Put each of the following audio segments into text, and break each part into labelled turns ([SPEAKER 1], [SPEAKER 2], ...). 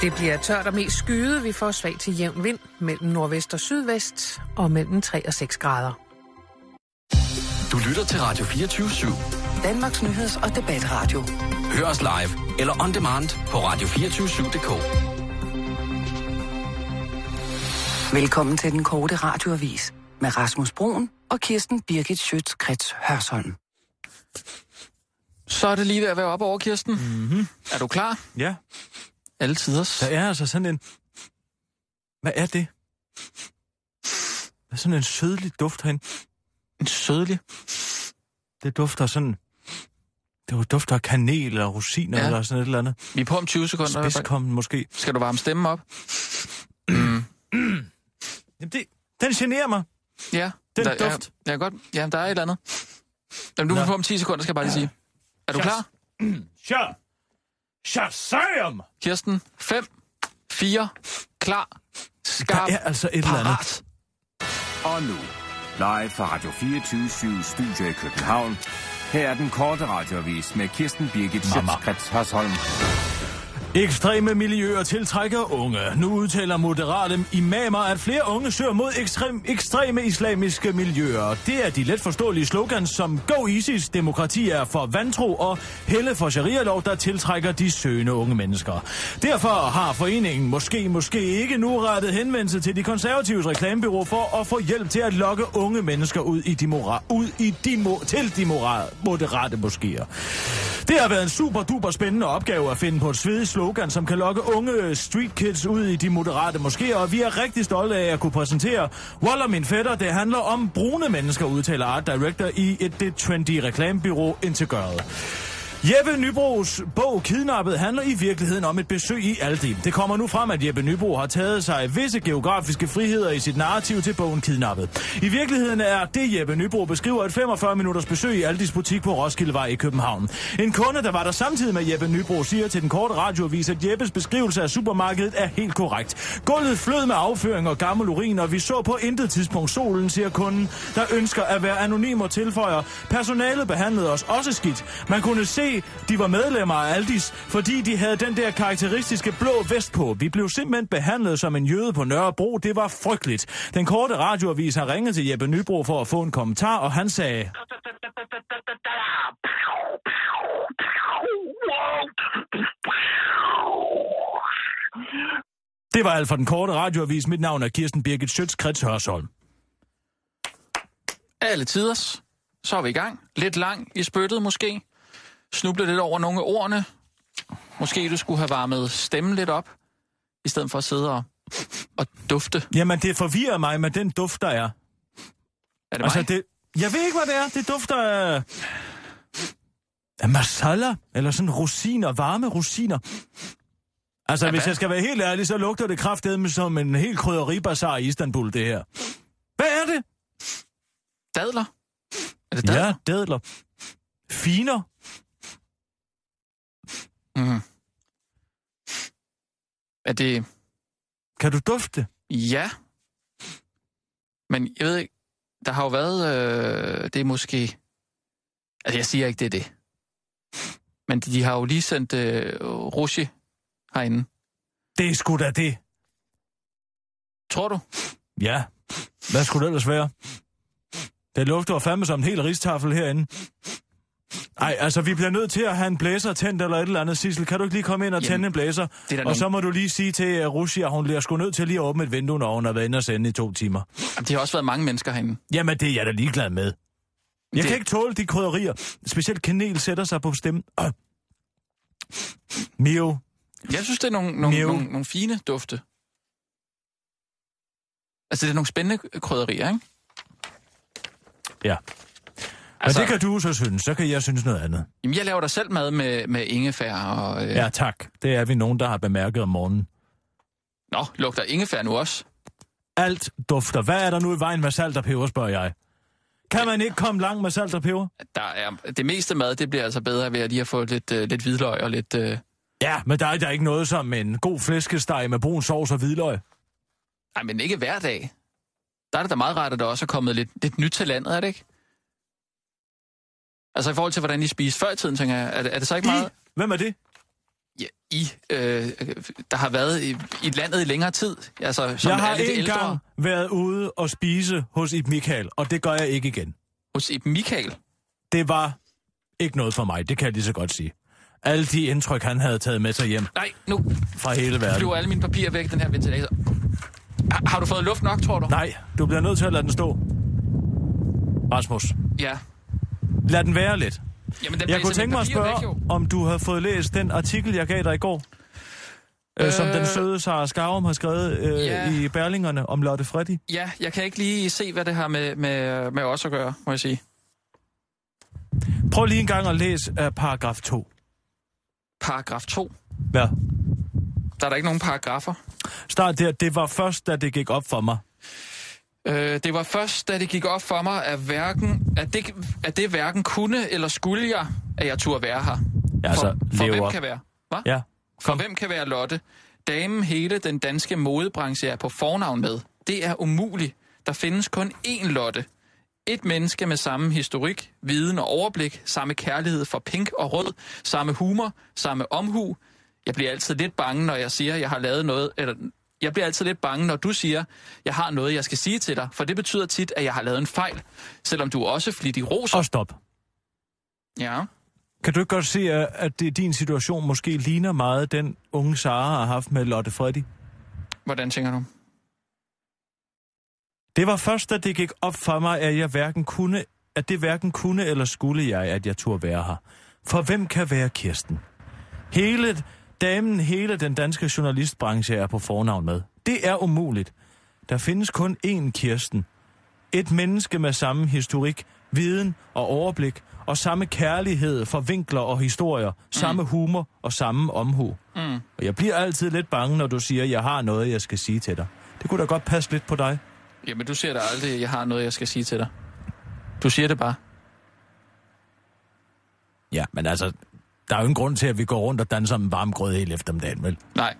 [SPEAKER 1] Det bliver tørt og mest skyet. Vi får svag til jævn vind mellem nordvest og sydvest og mellem 3 og 6 grader.
[SPEAKER 2] Du lytter til Radio 24-7.
[SPEAKER 3] Danmarks Nyheds- og Debatradio.
[SPEAKER 2] Hør os live eller on demand på radio247.dk.
[SPEAKER 3] Velkommen til den korte radioavis med Rasmus Broen og Kirsten Birgit Schøtz-Krets Hørsholm.
[SPEAKER 4] Så er det lige ved at være op over, Kirsten.
[SPEAKER 5] Mhm.
[SPEAKER 4] Mm-hmm. Er du klar?
[SPEAKER 5] Ja,
[SPEAKER 4] Alle tiders.
[SPEAKER 5] der er altså sådan en... Hvad er det? Der er sådan en sødlig duft herinde.
[SPEAKER 4] En sødlig.
[SPEAKER 5] Det dufter sådan... Det dufter af kanel eller rosiner
[SPEAKER 4] Ja.
[SPEAKER 5] ja. eller sådan et eller andet.
[SPEAKER 4] Vi er på om 20 sekunder.
[SPEAKER 5] Spidskommen måske.
[SPEAKER 4] Skal du varme stemmen op?
[SPEAKER 5] Jamen det, den generer mig.
[SPEAKER 4] Ja.
[SPEAKER 5] Den
[SPEAKER 4] der,
[SPEAKER 5] duft.
[SPEAKER 4] Ja, ja, godt. Ja, der er et eller andet. Jamen, du
[SPEAKER 5] Nå.
[SPEAKER 4] får på om 10 sekunder, skal jeg bare lige sige. Er du
[SPEAKER 5] Yes.
[SPEAKER 4] klar?
[SPEAKER 5] Sure. Shazam!
[SPEAKER 4] Kirsten, 5, 4, klar, skarp,
[SPEAKER 5] Der er altså et eller andet.
[SPEAKER 4] parat.
[SPEAKER 6] Og nu, live fra Radio 24 Studio i København. Her er den korte radiovis med Kirsten Birgit Schøtzgrads Hasholm.
[SPEAKER 5] Ekstreme miljøer tiltrækker unge. Nu udtaler moderate imamer, at flere unge søger mod ekstrem, ekstreme islamiske miljøer. Det er de letforståelige slogans som Go ISIS, demokrati er for vantro og helle for sharia-lov, der tiltrækker de søgende unge mennesker. Derfor har foreningen måske, måske ikke nu rettet henvendelse til de konservatives reklamebyrå for at få hjælp til at lokke unge mennesker ud i de, mora- ud i de mo- til de mora- moderate moskéer. Det har været en super duper spændende opgave at finde på et svedigt slogan, som kan lokke unge street kids ud i de moderate moskéer, og vi er rigtig stolte af at kunne præsentere Waller min fætter, det handler om brune mennesker, udtaler art director i et det trendy reklamebyrå integreret. Jeppe Nybros bog Kidnappet handler i virkeligheden om et besøg i Aldi. Det kommer nu frem, at Jeppe Nybro har taget sig visse geografiske friheder i sit narrativ til bogen Kidnappet. I virkeligheden er det, Jeppe Nybro beskriver, et 45-minutters besøg i Aldis butik på Roskildevej i København. En kunde, der var der samtidig med Jeppe Nybro, siger til den korte radioavis, at Jeppes beskrivelse af supermarkedet er helt korrekt. Gulvet flød med afføring og gammel urin, og vi så på intet tidspunkt solen, siger kunden, der ønsker at være anonym og tilføjer. Personalet behandlede os også skidt. Man kunne se, de var medlemmer af Aldis, fordi de havde den der karakteristiske blå vest på. Vi blev simpelthen behandlet som en jøde på Nørrebro. Det var frygteligt. Den korte radioavis har ringet til Jeppe Nybro for at få en kommentar, og han sagde... Det var alt for den korte radioavis. Mit navn er Kirsten Birgit Schøtz, Krets Hørsholm.
[SPEAKER 4] Alle tiders. Så er vi i gang. Lidt lang i spyttet måske. Snuble lidt over nogle af ordene. Måske du skulle have varmet stemmen lidt op, i stedet for at sidde og, og dufte.
[SPEAKER 5] Jamen, det forvirrer mig med den duft, der er.
[SPEAKER 4] Er det
[SPEAKER 5] Altså,
[SPEAKER 4] mig?
[SPEAKER 5] det... Jeg ved ikke, hvad det er. Det dufter af... af masala, eller sådan rosiner, varme rosiner. Altså, ja, hvis jeg skal være helt ærlig, så lugter det kraftedeme som en helt krydderibasar i Istanbul, det her. Hvad er det?
[SPEAKER 4] Dadler? Er det
[SPEAKER 5] dadler.
[SPEAKER 4] dadler?
[SPEAKER 5] Ja, dadler. Finer.
[SPEAKER 4] Ja. Mm. Er det...
[SPEAKER 5] Kan du dufte?
[SPEAKER 4] Ja. Men jeg ved ikke, der har jo været, øh, det er måske... Altså, jeg siger ikke, det er det. Men de, de har jo lige sendt øh, Rusje herinde.
[SPEAKER 5] Det er sgu da det.
[SPEAKER 4] Tror du?
[SPEAKER 5] Ja. Hvad skulle det ellers være? Det lugter fandme som en hel ristafel herinde. Ej, altså, vi bliver nødt til at have en blæser tændt eller et eller andet, Sissel. Kan du ikke lige komme ind og
[SPEAKER 4] Jamen,
[SPEAKER 5] tænde en blæser?
[SPEAKER 4] er der
[SPEAKER 5] Og
[SPEAKER 4] nogen-
[SPEAKER 5] så må du lige sige til uh, Russia, at hun bliver sgu nødt til lige at åbne et vindue, når hun har været inde og sende i to timer.
[SPEAKER 4] Jamen, de har også været mange mennesker herinde.
[SPEAKER 5] Jamen, det er jeg da ligeglad med. Jeg
[SPEAKER 4] Det-
[SPEAKER 5] det... kan ikke tåle de krydderier. Specielt kanel sætter sig på stemmen. Øh. Mio.
[SPEAKER 4] Jeg synes, det er nogle, nogle,
[SPEAKER 5] Nævn.
[SPEAKER 4] nogle, nogle fine dufte. Altså, det er nogle spændende krydderier, ikke?
[SPEAKER 5] Ja. Altså...
[SPEAKER 4] Altså-
[SPEAKER 5] Men det kan du så synes. Så kan jeg synes noget andet.
[SPEAKER 4] Jamen, jeg laver da selv mad med, med ingefær og... Øh,
[SPEAKER 5] Ja, tak. Det er vi nogen, der har bemærket om morgenen.
[SPEAKER 4] Nå, lugter ingefær nu også?
[SPEAKER 5] Alt dufter. Hvad er der nu i vejen med salt og peber, spørger jeg. Kan man ikke komme langt med salt og peber?
[SPEAKER 4] Der er, det meste mad, det bliver altså bedre ved at lige have fået lidt, øh, lidt hvidløg og lidt... Øh,
[SPEAKER 5] Ja, men der er der ikke noget som en god flæskesteg med brun sovs og hvidløg.
[SPEAKER 4] Ej, men ikke hver dag. Der er det da meget rart, at der også er kommet lidt, lidt nyt til landet, er det ikke? Altså i forhold til, hvordan I spiste før i tiden, tænker jeg, er det, er det så ikke meget...
[SPEAKER 5] I? Hvem er det?
[SPEAKER 4] ja, i, øh, der har været i, i landet i længere tid. Altså, som
[SPEAKER 5] jeg har
[SPEAKER 4] er lidt
[SPEAKER 5] engang
[SPEAKER 4] ældre
[SPEAKER 5] gang været ude og spise hos Ib Michael, og det gør jeg ikke igen.
[SPEAKER 4] hos Iben Michael.
[SPEAKER 5] Det var ikke noget for mig, det kan jeg lige så godt sige. Alle de indtryk, han havde taget med sig hjem
[SPEAKER 4] Nej, nu
[SPEAKER 5] fra hele verden.
[SPEAKER 4] flyver alle mine papirer væk, den her ventilator. Har, har du fået luft nok, tror du?
[SPEAKER 5] Nej, du bliver nødt til at lade den stå. Rasmus,
[SPEAKER 4] Ja.
[SPEAKER 5] lad den være lidt.
[SPEAKER 4] Jamen, den
[SPEAKER 5] Jeg
[SPEAKER 4] blæser
[SPEAKER 5] kunne
[SPEAKER 4] mine
[SPEAKER 5] tænke mig at
[SPEAKER 4] papirer væk,
[SPEAKER 5] spørge,
[SPEAKER 4] jo.
[SPEAKER 5] om du havde fået læst den artikel, jeg gav dig i går, øh... som den
[SPEAKER 4] Øh.
[SPEAKER 5] søde Sara Skarum har skrevet øh,
[SPEAKER 4] Ja.
[SPEAKER 5] i Berlingerne om Lotte Freddy.
[SPEAKER 4] Ja, jeg kan ikke lige se, hvad det har med, med, med os at gøre, må jeg sige.
[SPEAKER 5] Prøv lige en gang at læse uh, paragraf 2.
[SPEAKER 4] Paragraf 2.
[SPEAKER 5] Ja.
[SPEAKER 4] Der er der ikke nogen paragrafer.
[SPEAKER 5] Start der. Det var først, da det gik op for mig.
[SPEAKER 4] Øh, det var først, da det gik op for mig, at, hverken, at, det, at det hverken kunne eller skulle jeg, at jeg turde være her.
[SPEAKER 5] Ja, altså,
[SPEAKER 4] for, for
[SPEAKER 5] lever.
[SPEAKER 4] hvem kan være? Hva?
[SPEAKER 5] Ja.
[SPEAKER 4] For hvem kan være Lotte? Damen hele den danske modebranche er på fornavn med. Det er umuligt. Der findes kun én Lotte. Et menneske med samme historik, viden og overblik, samme kærlighed for pink og rød, samme humor, samme omhu. Jeg bliver altid lidt bange, når jeg siger, jeg har lavet noget, eller jeg bliver altid lidt bange, når du siger, jeg har noget, jeg skal sige til dig, for det betyder tit, at jeg har lavet en fejl, selvom du også flittig roser.
[SPEAKER 5] Og stop.
[SPEAKER 4] Ja.
[SPEAKER 5] Kan du ikke godt se, at- at det, din situation måske ligner meget den unge Sara har haft med Lotte Freddy?
[SPEAKER 4] Hvordan tænker du?
[SPEAKER 5] Det var først, da det gik op for mig, at, jeg hverken kunne, at det hverken kunne eller skulle jeg, at jeg turde være her. For hvem kan være Kirsten? Hele, damen, hele den danske journalistbranche er på fornavn med. Det er umuligt. Der findes kun én Kirsten. Et menneske med samme historik, viden og overblik, og samme kærlighed for vinkler og historier, samme humor og samme omhu. Mm. Og jeg bliver altid lidt bange, når du siger, at jeg har noget, jeg skal sige til dig. Det kunne da godt passe lidt på dig.
[SPEAKER 4] Jamen, du siger da aldrig, at jeg har noget, jeg skal sige til dig. Du siger det bare.
[SPEAKER 5] Ja, men altså, der er jo ingen grund til, at vi går rundt og danser om varm grød hele eftermiddagen, vel?
[SPEAKER 4] Nej.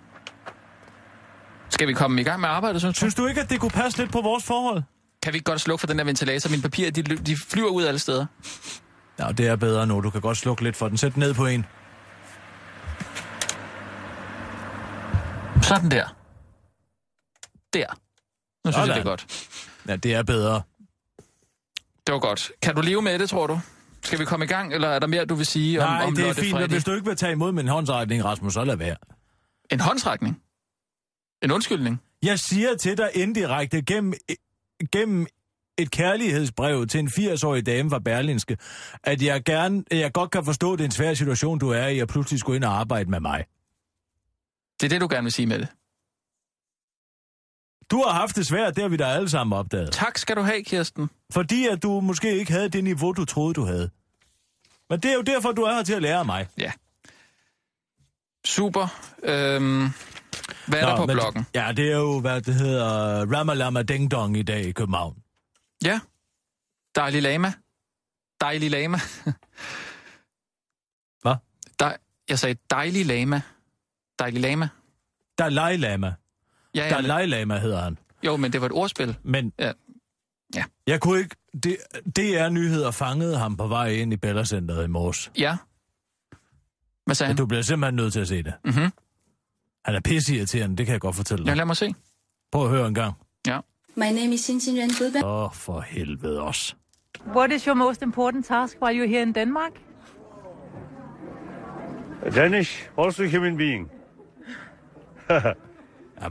[SPEAKER 4] Skal vi komme i gang med arbejdet, synes du?
[SPEAKER 5] Synes du ikke, at det kunne passe lidt på vores forhold?
[SPEAKER 4] Kan vi ikke godt slukke for den der ventilator? Mine papirer, de, lø- de flyver ud alle steder.
[SPEAKER 5] Ja, det er bedre nu. Du kan godt slukke lidt for den. Sæt den ned på en.
[SPEAKER 4] Sådan der. Der. Nu synes jeg, det
[SPEAKER 5] Sådan.
[SPEAKER 4] er godt.
[SPEAKER 5] Ja, det er bedre.
[SPEAKER 4] Det var godt. Kan du leve med det, tror du? Skal vi komme i gang, eller er der mere, du vil sige om,
[SPEAKER 5] Nej,
[SPEAKER 4] om
[SPEAKER 5] det er
[SPEAKER 4] Lotte
[SPEAKER 5] fint, men
[SPEAKER 4] Freddy?
[SPEAKER 5] hvis du ikke vil tage imod min håndsretning, Rasmus, så lad være.
[SPEAKER 4] En håndsrækning? En undskyldning?
[SPEAKER 5] Jeg siger til dig indirekte gennem, øh, gennem et kærlighedsbrev til en 80-årig dame fra Berlinske, at jeg, gerne, jeg godt kan forstå, at det er en svær situation, du er i, at pludselig skulle ind og arbejde med mig.
[SPEAKER 4] Det er det, du gerne vil sige med det.
[SPEAKER 5] Du har haft det svært, det har vi da alle sammen opdaget.
[SPEAKER 4] Tak skal du have, Kirsten.
[SPEAKER 5] Fordi at du måske ikke havde det niveau, du troede, du havde. Men det er jo derfor, du er her til at lære af mig.
[SPEAKER 4] Ja. Super. Øhm, hvad er Nå, der på
[SPEAKER 5] men-
[SPEAKER 4] bloggen?
[SPEAKER 5] Ja, det er jo, hvad det hedder, Ramalama Ding Dong i dag i København.
[SPEAKER 4] Ja. Dejlig lama. Dejlig lama.
[SPEAKER 5] Hvad?
[SPEAKER 4] Der, jeg sagde dejlig lama. Dejlig lama.
[SPEAKER 5] Dalai Lama.
[SPEAKER 4] Ja, ja, men,
[SPEAKER 5] Dalai Lama hedder han.
[SPEAKER 4] jo, men det var et ordspil.
[SPEAKER 5] Men
[SPEAKER 4] Ja. Ja.
[SPEAKER 5] jeg kunne ikke... Det, DR Nyheder fangede ham på vej ind i Bella Centeret i morges.
[SPEAKER 4] Ja. Hvad sagde
[SPEAKER 5] Ja.
[SPEAKER 4] han?
[SPEAKER 5] Du bliver simpelthen nødt til at se det.
[SPEAKER 4] Mhm.
[SPEAKER 5] Han er pisseirriterende, det kan jeg godt fortælle
[SPEAKER 4] Ja,
[SPEAKER 5] dig.
[SPEAKER 4] lad mig se.
[SPEAKER 5] Prøv at høre en gang.
[SPEAKER 7] My name is Xin Yuan Gudberg.
[SPEAKER 5] Åh, oh, for helvede også.
[SPEAKER 8] What is your most important task while you're here in Denmark?
[SPEAKER 9] Danish, also human being,
[SPEAKER 5] Jamen,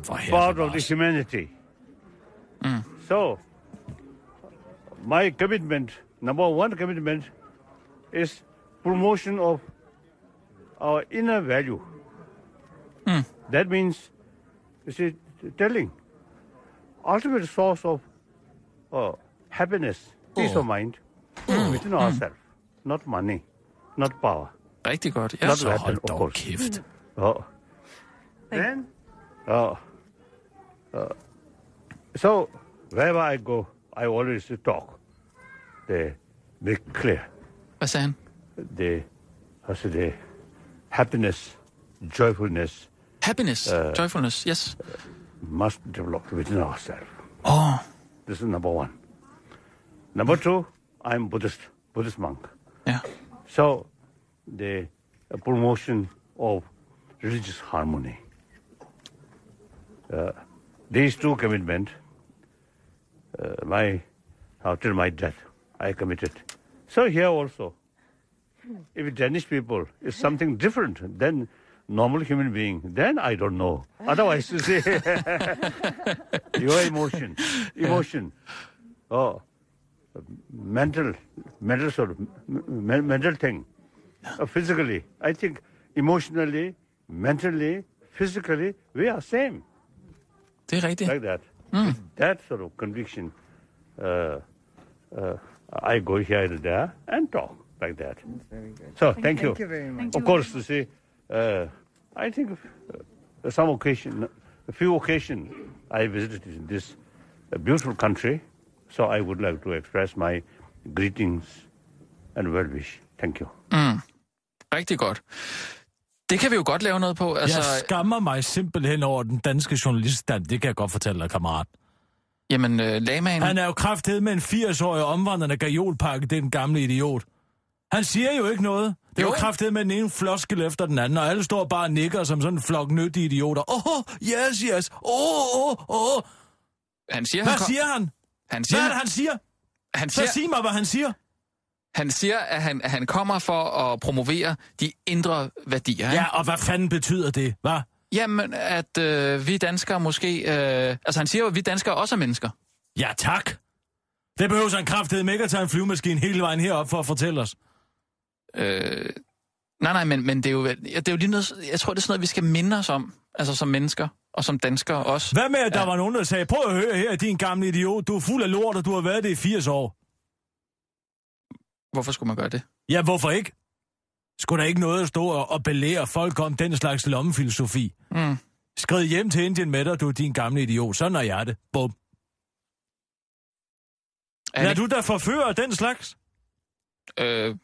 [SPEAKER 5] for
[SPEAKER 9] part of
[SPEAKER 5] helvede
[SPEAKER 9] the
[SPEAKER 5] også.
[SPEAKER 9] humanity. So, my commitment, number one commitment, is promotion of our inner value. That means, you see, telling, ultimate source of uh, happiness, peace of mind, within ourselves, not money, not power,
[SPEAKER 4] Rigtig godt. Ja.
[SPEAKER 9] not
[SPEAKER 5] Så
[SPEAKER 9] weapon,
[SPEAKER 5] hold
[SPEAKER 9] of
[SPEAKER 5] dog
[SPEAKER 9] course.
[SPEAKER 5] kæft.
[SPEAKER 9] Oh. Then? Oh. Uh, so, wherever I go, I always talk. They make clear
[SPEAKER 4] Hvad sagde han?
[SPEAKER 9] the, I say, the happiness, joyfulness
[SPEAKER 4] Happiness.
[SPEAKER 5] Øh.
[SPEAKER 4] Uh, joyfulness. Yes.
[SPEAKER 9] must develop within ourselves.
[SPEAKER 4] Åh, oh,
[SPEAKER 9] This is number one. Number two, I'm Buddhist, Buddhist monk.
[SPEAKER 4] ja.
[SPEAKER 9] So, the promotion of religious harmony. Uh, these two commitments, uh, my after my death, I committed. So here also, if Danish people is something different than normal human being, then I don't know. Otherwise, you see, your emotion, emotion, oh, mental, mental sort of men- mental thing, uh, physically. I think emotionally, mentally, physically, we are same
[SPEAKER 4] Det er rigtigt.
[SPEAKER 9] like that. That sort of conviction, uh, uh, I go here and there and talk like that. So thank, you.
[SPEAKER 10] Thank you very much.
[SPEAKER 9] Of course, you see, uh, I think uh, some occasion, a few occasion, I visited this uh, beautiful country. So I would like to express my greetings and well wish. Thank you.
[SPEAKER 4] Rigtig godt. Det kan vi jo godt lave noget på. Altså,
[SPEAKER 5] Altså... Jeg skammer mig simpelthen over den danske journaliststand, det kan jeg godt fortælle dig, kammerat.
[SPEAKER 4] Jamen, øh, lagmagen...
[SPEAKER 5] Han er jo kraftet med en 80-årig omvandrende gajolpakke, det er en gamle idiot. Han siger jo ikke noget. Det er jo,
[SPEAKER 4] Jo.
[SPEAKER 5] kraftet med den ene floskel efter den anden, og alle står bare og nikker som sådan en flok nyttige idioter. Åh, oh, yes, yes, åh, oh, åh, åh.
[SPEAKER 4] Han siger,
[SPEAKER 5] Hvad
[SPEAKER 4] han, kom-
[SPEAKER 5] siger han?
[SPEAKER 4] han siger,
[SPEAKER 5] Hvad er det, han siger?
[SPEAKER 4] han
[SPEAKER 5] Så
[SPEAKER 4] siger,
[SPEAKER 5] sig mig, hvad han siger.
[SPEAKER 4] han siger at, han, at han kommer for at promovere de indre værdier. ikke?
[SPEAKER 5] Ja, og hvad fanden betyder det, hva'?
[SPEAKER 4] Jamen, at øh, vi danskere måske... Øh, altså, han siger jo, at vi danskere også er mennesker.
[SPEAKER 5] Ja, tak. Det behøver han kraftedeme ikke at tage en flyvemaskine hele vejen herop for at fortælle os.
[SPEAKER 4] Øh, nej, nej, men, men det, er jo, ja, det er jo lige noget... Jeg tror, det er sådan noget, vi skal minde os om, altså som mennesker og som danskere også.
[SPEAKER 5] Hvad med, at der ja. var nogen, der sagde, prøv at høre her, din gamle idiot, du er fuld af lort, og du har været det i 80 år.
[SPEAKER 4] Hvorfor skulle man gøre det?
[SPEAKER 5] Ja, hvorfor ikke? Skulle der ikke noget at stå og, og belære folk om den slags lommefilosofi?
[SPEAKER 4] Mm.
[SPEAKER 5] Skrid hjem til Indien med dig, du er din gamle idiot. Sådan er jeg det. Bum.
[SPEAKER 4] Er
[SPEAKER 5] Lad
[SPEAKER 4] han
[SPEAKER 5] du da forføre den slags?
[SPEAKER 4] ikke, øh,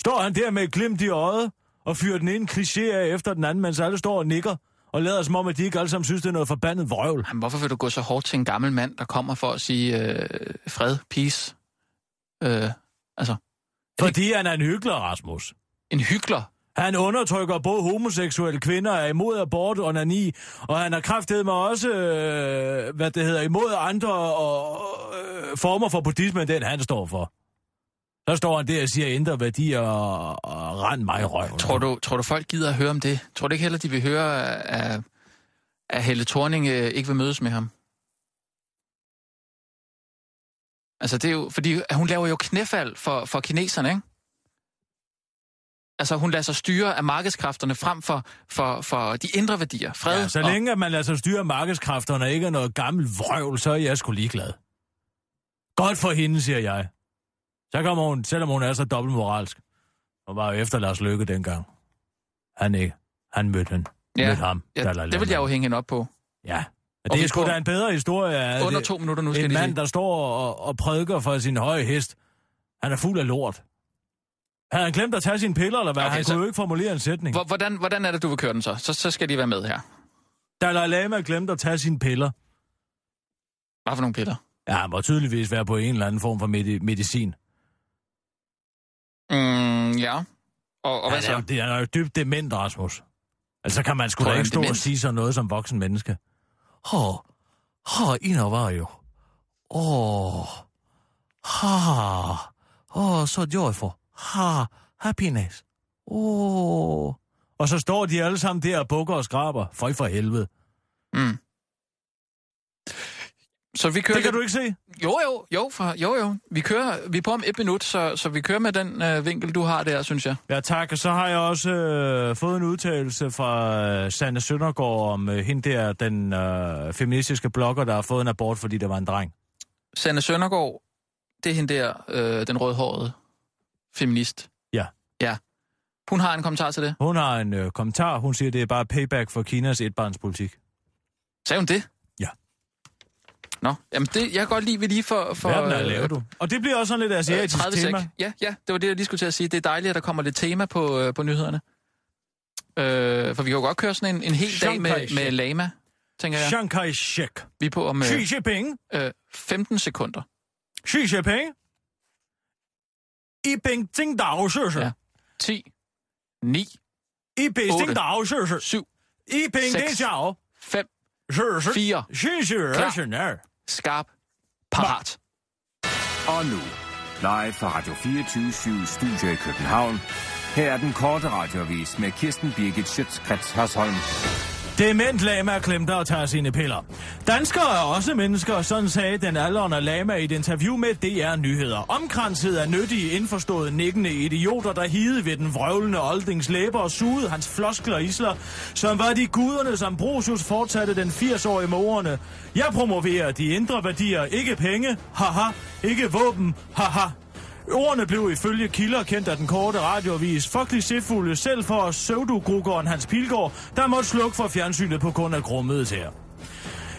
[SPEAKER 5] Står han der med et glimt i øjet og fyrer den ene kliché af efter den anden, mens alle står og nikker og lader som om, at de ikke alle sammen synes, det er noget forbandet vrøvl.
[SPEAKER 4] jamen, hvorfor vil du gå så hårdt til en gammel mand, der kommer for at sige øh, fred, peace? Øh, altså,
[SPEAKER 5] Fordi han er en hyggelig, Rasmus.
[SPEAKER 4] en hyggelig.
[SPEAKER 5] Han undertrykker både homoseksuelle kvinder, er imod abort og nani, og han har kraftet mig også, øh, hvad det hedder, imod andre og, øh, former for buddhisme, end den han står for. Så står han der og siger, ændre værdier og, og rend mig i røven.
[SPEAKER 4] Tror du, tror du, folk gider at høre om det? Tror du ikke heller, de vil høre, at, at Helle Thorning øh, ikke vil mødes med ham? Altså, det er jo... Fordi hun laver jo knæfald for, for kineserne, ikke? Altså, hun lader sig styre af markedskræfterne frem for, for, for de indre værdier. Fred
[SPEAKER 5] Ja, så længe at man lader sig styre af markedskræfterne og ikke er noget gammel vrøvl, så er jeg sgu ligeglad. Godt for hende, siger jeg. Så kommer hun, selvom hun er så dobbeltmoralsk. Hun var jo efter Lars Løkke dengang. Han ikke. Han mødte hende.
[SPEAKER 4] Ja,
[SPEAKER 5] mødte ham.
[SPEAKER 4] og, ja,
[SPEAKER 5] Dalai
[SPEAKER 4] det vil
[SPEAKER 5] Lama.
[SPEAKER 4] jeg jo hænge hende op på.
[SPEAKER 5] Ja, og
[SPEAKER 4] Og
[SPEAKER 5] det
[SPEAKER 4] vi
[SPEAKER 5] er sgu
[SPEAKER 4] går-
[SPEAKER 5] da en bedre historie. at
[SPEAKER 4] Under
[SPEAKER 5] det-
[SPEAKER 4] to minutter nu, skal
[SPEAKER 5] En
[SPEAKER 4] de
[SPEAKER 5] mand,
[SPEAKER 4] sige.
[SPEAKER 5] der står og, og prædiker for sin høje hest, han er fuld af lort. Havde han glemt at tage sine piller, eller hvad?
[SPEAKER 4] Okay,
[SPEAKER 5] Okay, han
[SPEAKER 4] så-
[SPEAKER 5] kunne jo ikke formulere en sætning. Hvor...
[SPEAKER 4] Hvor- Hvordan, hvordan er det, du vil køre den så? Så, så skal de være med her.
[SPEAKER 5] Dalai Lama glemte at tage sine piller.
[SPEAKER 4] Bare for nogle piller.
[SPEAKER 5] Ja, han må tydeligvis være på en eller anden form for medi- medicin.
[SPEAKER 4] Mm, ja. Og, og hvad
[SPEAKER 5] han,
[SPEAKER 4] så?
[SPEAKER 5] er, jo- Altså, det, han er jo dybt dement, Rasmus. Altså kan man sgu
[SPEAKER 4] Tror
[SPEAKER 5] da
[SPEAKER 4] du,
[SPEAKER 5] ikke
[SPEAKER 4] han er
[SPEAKER 5] stå og
[SPEAKER 4] dement?
[SPEAKER 5] sige sådan noget som voksen menneske. Hå, hå, Ina var jo. Åh, ha, åh, så joyful. Ha, happiness. Åh. Og så står de alle sammen der og bukker og skraber. Føj for helvede.
[SPEAKER 4] Mm. Så vi kører
[SPEAKER 5] Det kan
[SPEAKER 4] lidt-
[SPEAKER 5] du ikke se.
[SPEAKER 4] Jo, jo, jo, for, jo, jo. Vi, kører, vi er på om et minut, så, så vi kører med den øh, vinkel, du har der, synes jeg.
[SPEAKER 5] Ja tak, og så har jeg også øh, fået en udtalelse fra øh, Sanne Søndergaard om øh, hende der, den øh, feministiske blogger, der har fået en abort, fordi der var en dreng.
[SPEAKER 4] Sanne Søndergaard, det er hende der, øh, den rødhårede feminist.
[SPEAKER 5] Ja.
[SPEAKER 4] Ja. Hun har en kommentar til det.
[SPEAKER 5] Hun har en øh, kommentar, hun siger, det er bare payback for Kinas etbarnspolitik.
[SPEAKER 4] Sagde hun det?
[SPEAKER 5] Ja.
[SPEAKER 4] Nå, jamen det, jeg kan godt lide, vi lige for... for
[SPEAKER 5] For, Verden er lavet, du. Og det bliver også sådan lidt
[SPEAKER 4] Øh,
[SPEAKER 5] asiatisk
[SPEAKER 4] 30
[SPEAKER 5] tema.
[SPEAKER 4] sek. Ja, ja, det var det, jeg lige skulle til at sige. Det er dejligt, at der kommer lidt tema på, øh, på nyhederne. Øh, for vi kan jo godt køre sådan en, en hel dag med,
[SPEAKER 5] Shanghai-shek.
[SPEAKER 4] med lama, tænker jeg.
[SPEAKER 5] Chiang Kai-shek.
[SPEAKER 4] Vi er på om
[SPEAKER 5] Xi
[SPEAKER 4] øh,
[SPEAKER 5] Jinping.
[SPEAKER 4] øh, 15 sekunder.
[SPEAKER 5] Xi Jinping. I Bing Ting Dao Søsø.
[SPEAKER 4] Ja. 10, 9,
[SPEAKER 5] I Bing
[SPEAKER 4] Otte.
[SPEAKER 5] Ting Dao Søsø.
[SPEAKER 4] 7,
[SPEAKER 5] I Ping
[SPEAKER 4] Seks.
[SPEAKER 5] Det Chao.
[SPEAKER 4] 5, 4, Klar. skarp, parat.
[SPEAKER 6] Og nu, live fra Radio 24 Studio i København. Her er den korte radiovis med Kirsten Birgit Schøtzgrads Hasholm.
[SPEAKER 5] Dement lama klemte og tager sine piller. Danskere er også mennesker, sådan sagde den aldrende lama i et interview med DR Nyheder. Omkranset af nyttige, indforståede, nikkende idioter, der hide ved den vrøvlende oldings læber og sugede hans floskler og isler, som var de guderne, som Brosius fortsatte den 80-årige morerne. Jeg promoverer de indre værdier, ikke penge, haha, ikke våben, haha. Ordene blev ifølge kilder kendt af den korte radioavis for klicéfulde selv for pseudogrukkeren Hans Pilgaard, der måtte slukke for fjernsynet på grund af grummede her.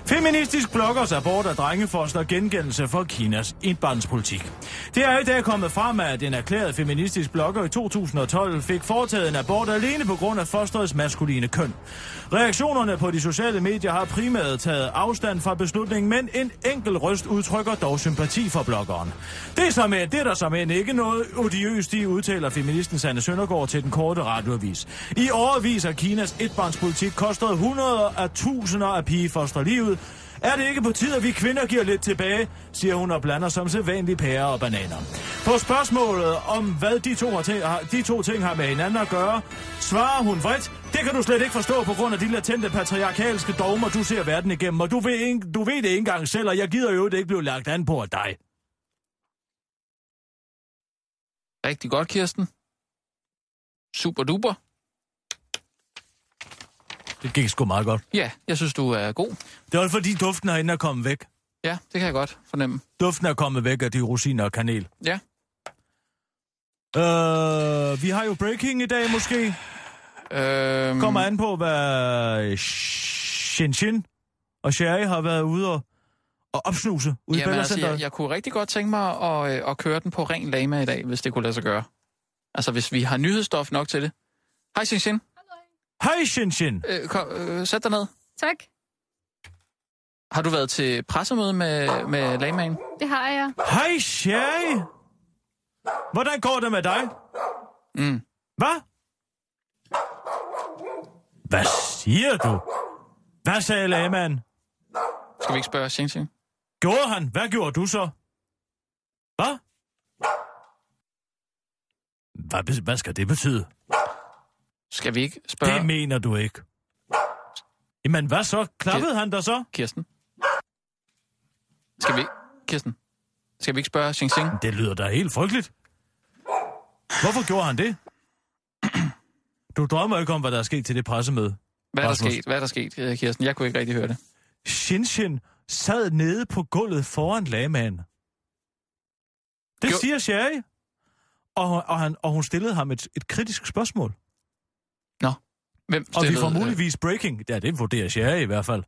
[SPEAKER 5] Feministisk blokker sig bort af drengefosler gengældelse for Kinas indbarnspolitik. Det er i dag kommet frem, at en erklæret feministisk blogger i 2012 fik foretaget en abort alene på grund af fosterets maskuline køn. Reaktionerne på de sociale medier har primært taget afstand fra beslutningen, men en enkelt røst udtrykker dog sympati for bloggeren. Det er, som er, det er der som end ikke noget odiøst i, udtaler feministen Sanne Søndergaard til den korte radioavis. I årevis har Kinas etbarnspolitik kostet hundreder af tusinder af pigefostre livet. Er det ikke på tide, at vi kvinder giver lidt tilbage, siger hun og blander som sædvanlig pærer og bananer. På spørgsmålet om, hvad de to, har til- har, de to ting har med hinanden at gøre, svarer hun vredt, det kan du slet ikke forstå på grund af de latente patriarkalske dogmer, du ser verden igennem, og du ved, ikke, du ved det ikke engang selv, og jeg gider jo det ikke blive lagt an på af dig.
[SPEAKER 4] Rigtig godt, Kirsten. Super duper.
[SPEAKER 5] Det gik sgu meget godt.
[SPEAKER 4] Ja, jeg synes, du er god.
[SPEAKER 5] Det var fordi duften herinde er kommet væk.
[SPEAKER 4] Ja, det kan jeg godt fornemme.
[SPEAKER 5] Duften er kommet væk af de rosiner og kanel.
[SPEAKER 4] Ja.
[SPEAKER 5] Øh, vi har jo breaking i dag måske.
[SPEAKER 4] Øhm,
[SPEAKER 5] Kommer an på, hvad øh, Shin Shin og Sherry har været ude og, og opsnuse ude i
[SPEAKER 4] Jamen, altså,
[SPEAKER 5] Bellacenteret.
[SPEAKER 4] jeg, jeg kunne rigtig godt tænke mig at, øh, at køre den på ren lama i dag, hvis det kunne lade sig gøre. Altså, hvis vi har nyhedsstof nok til det. Hej, Xin Xin.
[SPEAKER 5] Hej Shin Shin.
[SPEAKER 4] Øh, kom, øh, sæt dig ned.
[SPEAKER 10] Tak,
[SPEAKER 4] Har du været til pressemøde med, med lamaen?
[SPEAKER 10] det har jeg.
[SPEAKER 5] Hej Sherry. Hvordan går det med dig?
[SPEAKER 4] Mm.
[SPEAKER 5] Hvad? Hvad siger du? Hvad sagde lagmanden?
[SPEAKER 4] Skal vi ikke spørge Xin Xin?
[SPEAKER 5] Gjorde han? Hvad gjorde du så? Hvad? Hvad, be- hvad skal det betyde?
[SPEAKER 4] Skal vi ikke
[SPEAKER 5] Ja.
[SPEAKER 4] spørge
[SPEAKER 5] Det mener du ikke. Jamen, hvad så? Klappede han dig så?
[SPEAKER 4] Kirsten? Skal vi... Kirsten? Skal vi ikke spørge Xin Xin?
[SPEAKER 5] Det lyder da helt frygteligt. Hvorfor gjorde han det? Du drømmer ikke om, hvad der er sket til det pressemøde.
[SPEAKER 4] Hvad er der
[SPEAKER 5] Rasmus.
[SPEAKER 4] sket? Hvad er der sket, øh, Kirsten? Jeg kunne ikke rigtig høre det.
[SPEAKER 5] Shinshin sad nede på gulvet foran lagmanden. Det
[SPEAKER 4] Jo.
[SPEAKER 5] jo. siger Sherry. Og, og, han, og hun stillede ham et, et kritisk spørgsmål.
[SPEAKER 4] Hvem
[SPEAKER 5] Og vi
[SPEAKER 4] stillede,
[SPEAKER 5] får
[SPEAKER 4] øh,
[SPEAKER 5] muligvis breaking. Ja, det vurderer Sherry i hvert fald.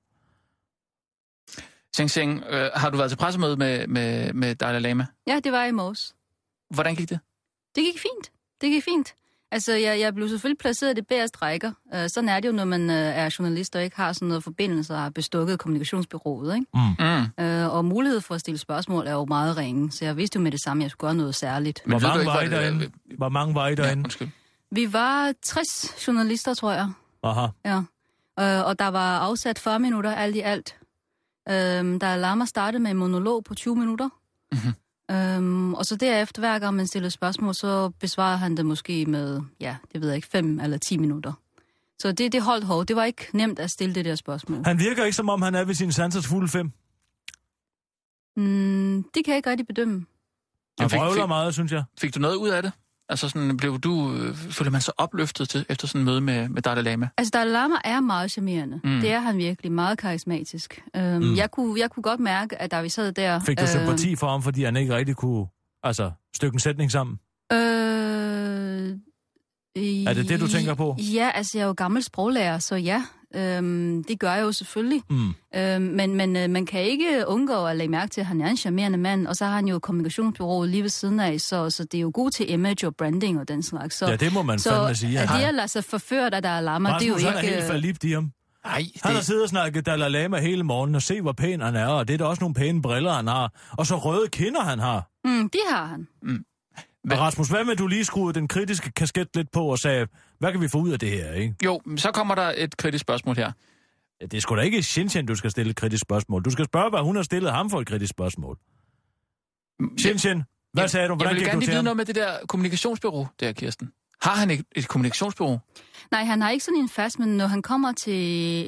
[SPEAKER 4] Xing Xing, øh, har du været til pressemøde med, med, med Dalai Lama?
[SPEAKER 10] Ja, det var i morges.
[SPEAKER 4] Hvordan gik det?
[SPEAKER 5] Mm.
[SPEAKER 10] Det gik fint. Det gik fint. Altså, jeg, jeg blev selvfølgelig placeret i det bagerste rækker. Øh, sådan er det jo, når man øh, er journalist og ikke har sådan noget forbindelse og har bestukket kommunikationsbyrået, ikke?
[SPEAKER 4] Mm.
[SPEAKER 10] Øh, og mulighed for at stille spørgsmål er jo meget ringe, så jeg vidste jo med det samme, at jeg skulle gøre noget særligt.
[SPEAKER 4] ved
[SPEAKER 5] Hvor
[SPEAKER 4] du
[SPEAKER 5] mange,
[SPEAKER 4] ikke,
[SPEAKER 5] var I
[SPEAKER 4] hvor det-
[SPEAKER 5] derinde? Hvor mange var I
[SPEAKER 4] Ja,
[SPEAKER 5] derinde?
[SPEAKER 4] undskyld.
[SPEAKER 10] Vi var 60 journalister, tror jeg.
[SPEAKER 5] Aha.
[SPEAKER 10] Ja, øh, og der var afsat 40 minutter alt i alt. Øhm, der Lama startede med en monolog på 20 minutter.
[SPEAKER 5] Mhm.
[SPEAKER 10] Mm-hmm. Øhm, og så derefter, hver gang man stillede spørgsmål, så besvarede han det måske med, ja, det ved jeg ikke, 5 eller 10 minutter. Så det, det holdt hårdt. Det var ikke nemt at stille det der spørgsmål.
[SPEAKER 5] Han virker ikke, som om han er ved sin sansers fulde fem.
[SPEAKER 10] Mm, det kan jeg ikke rigtig bedømme.
[SPEAKER 5] Han
[SPEAKER 4] Jamen, fik-
[SPEAKER 5] vrøvler
[SPEAKER 4] fik-
[SPEAKER 5] meget, synes jeg.
[SPEAKER 4] Fik du noget ud af det? Altså sådan, blev du, øh, følte man så opløftet til, efter sådan et møde med, med Dalai Lama?
[SPEAKER 10] Altså, Dalai Lama er meget charmerende.
[SPEAKER 4] Mm.
[SPEAKER 10] Mm. Det er han virkelig. Meget karismatisk. Øhm,
[SPEAKER 5] Mm.
[SPEAKER 10] mm. jeg, kunne, jeg kunne godt mærke, at da vi sad der...
[SPEAKER 5] Fik
[SPEAKER 4] Øh.
[SPEAKER 5] du
[SPEAKER 10] øhm,
[SPEAKER 5] sympati for ham, fordi han ikke rigtig kunne altså, stykke en sætning sammen?
[SPEAKER 10] Øh,
[SPEAKER 5] Er det det, du tænker på?
[SPEAKER 10] Ja, altså jeg er jo gammel sproglærer, så ja, øhm, det gør jeg jo selvfølgelig.
[SPEAKER 5] Mm.
[SPEAKER 10] Øhm, men men øh, man kan ikke undgå at lægge mærke til, at han er en charmerende mand, og så har han jo kommunikationsbyrået lige ved siden af, så, så det er jo god til image og branding og den slags. Så,
[SPEAKER 5] Ja, det må man så, fandme
[SPEAKER 10] så
[SPEAKER 5] sige.
[SPEAKER 10] at
[SPEAKER 5] Han,
[SPEAKER 10] det altså
[SPEAKER 5] er,
[SPEAKER 10] at lade sig forføre, der er
[SPEAKER 5] han,
[SPEAKER 10] lammer, det er jo
[SPEAKER 5] Rasmus, han er
[SPEAKER 10] ikke...
[SPEAKER 5] helt falibt i ham.
[SPEAKER 4] Nej,
[SPEAKER 5] Han har
[SPEAKER 4] det,
[SPEAKER 5] siddet og snakket Dalai Lama hele morgenen og se, hvor pæn han er, og det er da også nogle pæne briller, han har. Og så røde kinder, han har.
[SPEAKER 10] mm, det har han.
[SPEAKER 5] Hvad? Rasmus, hvad med, du lige skruede den kritiske kasket lidt på og sagde, hvad kan vi få ud af det her, ikke?
[SPEAKER 4] Jo, men så kommer der et kritisk spørgsmål her.
[SPEAKER 5] Ja, det er sgu da ikke Shenzhen, du skal stille et kritisk spørgsmål. Du skal spørge, hvad hun har stillet ham for et kritisk spørgsmål. Shenzhen, hvad
[SPEAKER 4] Mm, Jeg-
[SPEAKER 5] sagde du?
[SPEAKER 4] jeg
[SPEAKER 5] Hvordan
[SPEAKER 4] vil
[SPEAKER 5] gik
[SPEAKER 4] gerne
[SPEAKER 5] du
[SPEAKER 4] lige
[SPEAKER 5] til
[SPEAKER 4] vide
[SPEAKER 5] ham?
[SPEAKER 4] noget med det der kommunikationsbyrå, der Kirsten. Har han et, et kommunikationsbyrå?
[SPEAKER 10] Nej, han har ikke sådan en fast, men når han kommer til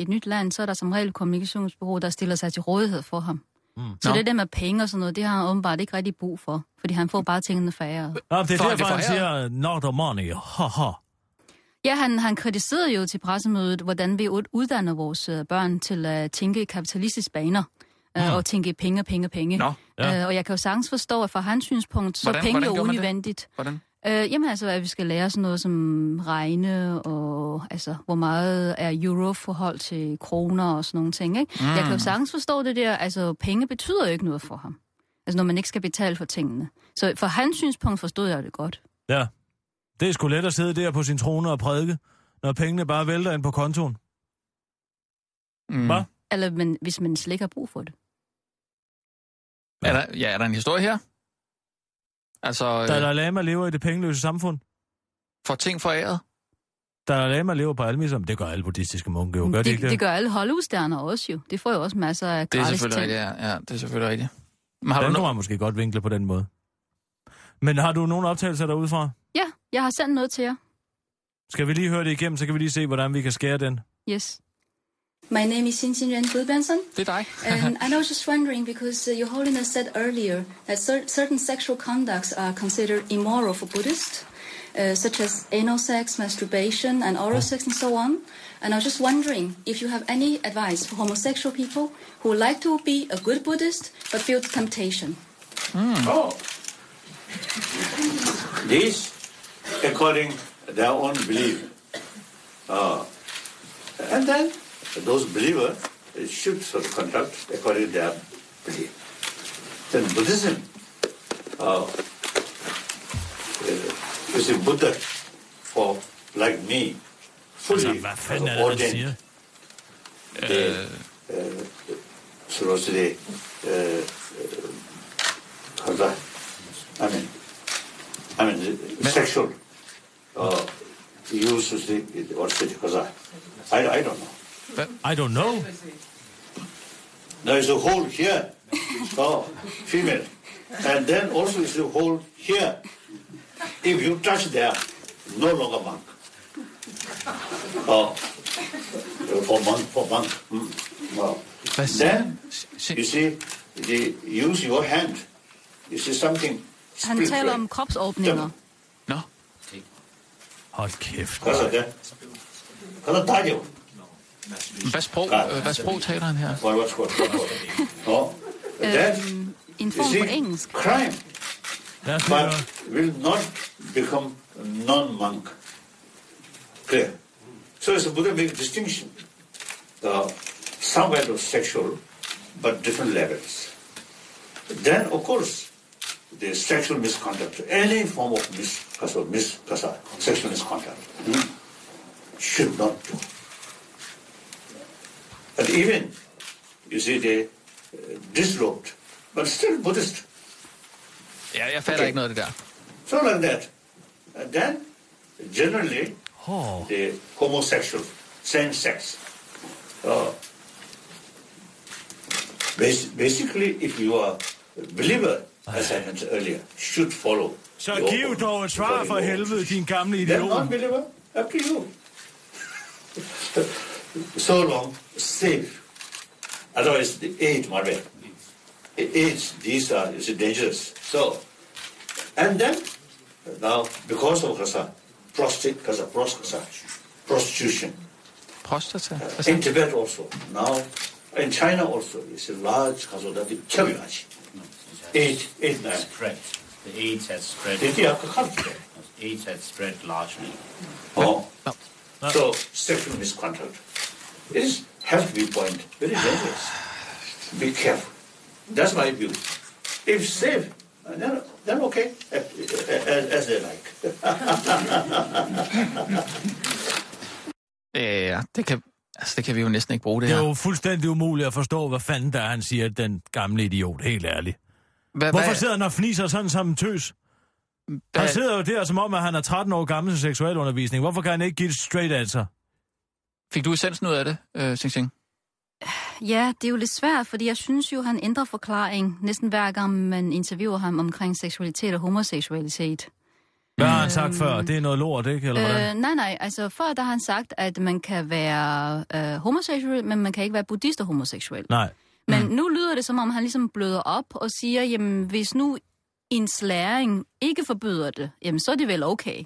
[SPEAKER 10] et nyt land, så er der som regel kommunikationsbureau, der stiller sig til rådighed for ham. Mm. Så
[SPEAKER 4] Nå.
[SPEAKER 10] det der med penge og sådan noget, det har han åbenbart ikke rigtig brug for, fordi han får bare tingene færre.
[SPEAKER 5] Nå, det er
[SPEAKER 4] For-
[SPEAKER 5] derfor,
[SPEAKER 4] det er for
[SPEAKER 5] han siger, not the money, haha.
[SPEAKER 10] Ja, han, han kritiserede jo til pressemødet, hvordan vi ud- uddanner vores øh, børn til at tænke i kapitalistiske baner. Mm. Og tænke i penge, penge, penge.
[SPEAKER 4] Nå,
[SPEAKER 5] ja.
[SPEAKER 10] Øh, og jeg kan jo sagtens forstå, at fra hans synspunkt, så
[SPEAKER 4] Hvordan-
[SPEAKER 10] er penge
[SPEAKER 4] hvordan
[SPEAKER 10] jo
[SPEAKER 4] gjorde man det?
[SPEAKER 10] unødvendigt.
[SPEAKER 4] Hvordan?
[SPEAKER 10] Øh, jamen altså, at vi skal lære sådan noget som regne, og altså, hvor meget er euro forhold til kroner og sådan nogle ting, ikke? Mm. Jeg kan jo sagtens forstå det der, altså penge betyder jo ikke noget for ham. Altså når man ikke skal betale for tingene. Så fra hans synspunkt forstod jeg det godt.
[SPEAKER 5] Ja. Det er sgu let at sidde der på sin trone og prædike, når pengene bare vælter ind på kontoen.
[SPEAKER 4] Mm.
[SPEAKER 5] Hvad?
[SPEAKER 10] Eller men, hvis man slet ikke har brug for det.
[SPEAKER 4] Er der, ja, er der en historie her? Altså, øh,
[SPEAKER 5] Dalai Lama lever i det pengeløse samfund.
[SPEAKER 4] får ting foræret?
[SPEAKER 5] Dalai Lama lever på almisum. Det gør alle buddhistiske munke jo, gør de
[SPEAKER 10] det,
[SPEAKER 5] ikke det?
[SPEAKER 10] det gør alle Hollywood-stjerner også jo. Det får jo også masser af
[SPEAKER 4] Det er
[SPEAKER 10] gratis
[SPEAKER 4] selvfølgelig
[SPEAKER 10] ting.
[SPEAKER 4] rigtigt, ja. ja. det er selvfølgelig rigtigt. Men har
[SPEAKER 5] Har
[SPEAKER 4] du
[SPEAKER 5] den
[SPEAKER 4] no-
[SPEAKER 5] kunne man måske godt vinkle på den måde. Men har du nogen optagelser derudefra?
[SPEAKER 10] Ja, jeg har sendt noget til jer.
[SPEAKER 5] Skal vi lige høre det igennem, så kan vi lige se, hvordan vi kan skære den.
[SPEAKER 10] Yes.
[SPEAKER 7] My name is Xinjinren Gulbenson,
[SPEAKER 4] det er dig.
[SPEAKER 7] and, and I was just wondering because uh, Your Holiness said earlier that cer- certain sexual conducts are considered immoral for Buddhists, uh, such as anal sex, masturbation, and oral sex, and so on. And I was just wondering if you have any advice for homosexual people who would like to be a good Buddhist but feel the temptation.
[SPEAKER 9] Oh. This, according their own belief. Uh, and then those believers should sort of conduct according to their belief. Then Buddhism, uh, uh, eh, you see, Buddha, for like me,
[SPEAKER 5] Altså,
[SPEAKER 9] fully
[SPEAKER 5] hvad fanden er
[SPEAKER 9] sort of
[SPEAKER 5] det, han
[SPEAKER 9] ordained
[SPEAKER 5] siger?
[SPEAKER 9] det, øh, så også det, øh, øh, altså, I mean, I mean, Men... sexual, uh, use of the, also the, because I, I, I don't know.
[SPEAKER 5] I don't know.
[SPEAKER 9] There is a hole here, so female, and then also is a hole here. If you touch there, no longer monk. Oh, for monk, for monk. Mm. Well,
[SPEAKER 4] Hvad siger-
[SPEAKER 9] then
[SPEAKER 4] si-
[SPEAKER 9] you see, the, use your hand. You see something.
[SPEAKER 10] Han
[SPEAKER 9] split
[SPEAKER 10] taler
[SPEAKER 9] way.
[SPEAKER 10] om kropsåbninger.
[SPEAKER 4] Nå,
[SPEAKER 5] Hold kæft.
[SPEAKER 9] Because of that. Because of that, you.
[SPEAKER 4] hvad sprog, øh, hvad sprog taler han her?
[SPEAKER 9] Well, what's what? what- what- Oh, then
[SPEAKER 10] Øhm, en
[SPEAKER 9] you
[SPEAKER 10] form for
[SPEAKER 9] see,
[SPEAKER 10] engelsk.
[SPEAKER 9] crime.
[SPEAKER 5] Lad os lige høre.
[SPEAKER 9] but will not become non-monk. Clear? So it's a Buddha make distinction. Uh, some kind of sexual, but different levels. Then, of course, the sexual misconduct, any form of mis, mis, sexual misconduct, hmm, should not do. And even, you see, they uh, disrobed, but still Buddhist.
[SPEAKER 4] Ja, jeg fatter
[SPEAKER 9] Okay.
[SPEAKER 4] ikke noget af det der.
[SPEAKER 9] So like that. And then, generally,
[SPEAKER 5] Oh.
[SPEAKER 9] the homosexual, same sex. Uh, bas- basically, if you are a believer, as I mentioned earlier, should follow.
[SPEAKER 5] Så
[SPEAKER 9] your-
[SPEAKER 5] giv dog et svar for
[SPEAKER 9] your-
[SPEAKER 5] helvede, din gamle
[SPEAKER 9] Then
[SPEAKER 5] idiot.
[SPEAKER 9] non-believer, up to you. so long, safe. Otherwise, the AIDS, my man. AIDS, these are is dangerous. So, and then, now, because of Kasa, prostate, Kasa, prost, Kasa, prostitution,
[SPEAKER 4] Prostata? Hvad
[SPEAKER 9] in
[SPEAKER 4] siger-
[SPEAKER 9] Tibet also, now, in China also, it's a large Kasa, that is very large. Eight, eight, nine.
[SPEAKER 11] spread. The AIDS has spread.
[SPEAKER 9] Did you have to come today?
[SPEAKER 11] AIDS has spread largely.
[SPEAKER 9] Oh.
[SPEAKER 4] No.
[SPEAKER 9] So sexual misconduct is has to be point very dangerous. Be careful. That's my view. If safe, then then okay, as, as they like.
[SPEAKER 4] Ja, det kan, altså, det kan vi jo næsten ikke bruge det
[SPEAKER 5] Det
[SPEAKER 4] her.
[SPEAKER 5] er jo fuldstændig umuligt at forstå, hvad fanden der er, han siger, den gamle idiot, helt ærligt.
[SPEAKER 4] Hvad,
[SPEAKER 5] Hvorfor sidder han og fniser sådan som en tøs? Han sidder jo der, som om at han er 13 år gammel til seksualundervisning. Hvorfor kan han ikke give et straight answer?
[SPEAKER 4] Fik du essensen ud af det, øh, Sing Sing?
[SPEAKER 10] Ja, det er jo lidt svært, fordi jeg synes jo, han ændrer forklaring næsten hver gang, man interviewer ham omkring seksualitet og homoseksualitet.
[SPEAKER 5] Hvad
[SPEAKER 4] Mm.
[SPEAKER 5] har han sagt før? Det er noget lort, ikke? Eller hvordan?
[SPEAKER 10] Øh, nej, nej. Altså, før der har han sagt, at man kan være øh, homoseksuel, men man kan ikke være buddhist og homoseksuel.
[SPEAKER 5] Nej.
[SPEAKER 10] Men
[SPEAKER 5] Mm.
[SPEAKER 10] nu lyder det, som om han ligesom bløder op og siger, jamen, hvis nu ens læring ikke forbyder det, jamen, så er det vel okay.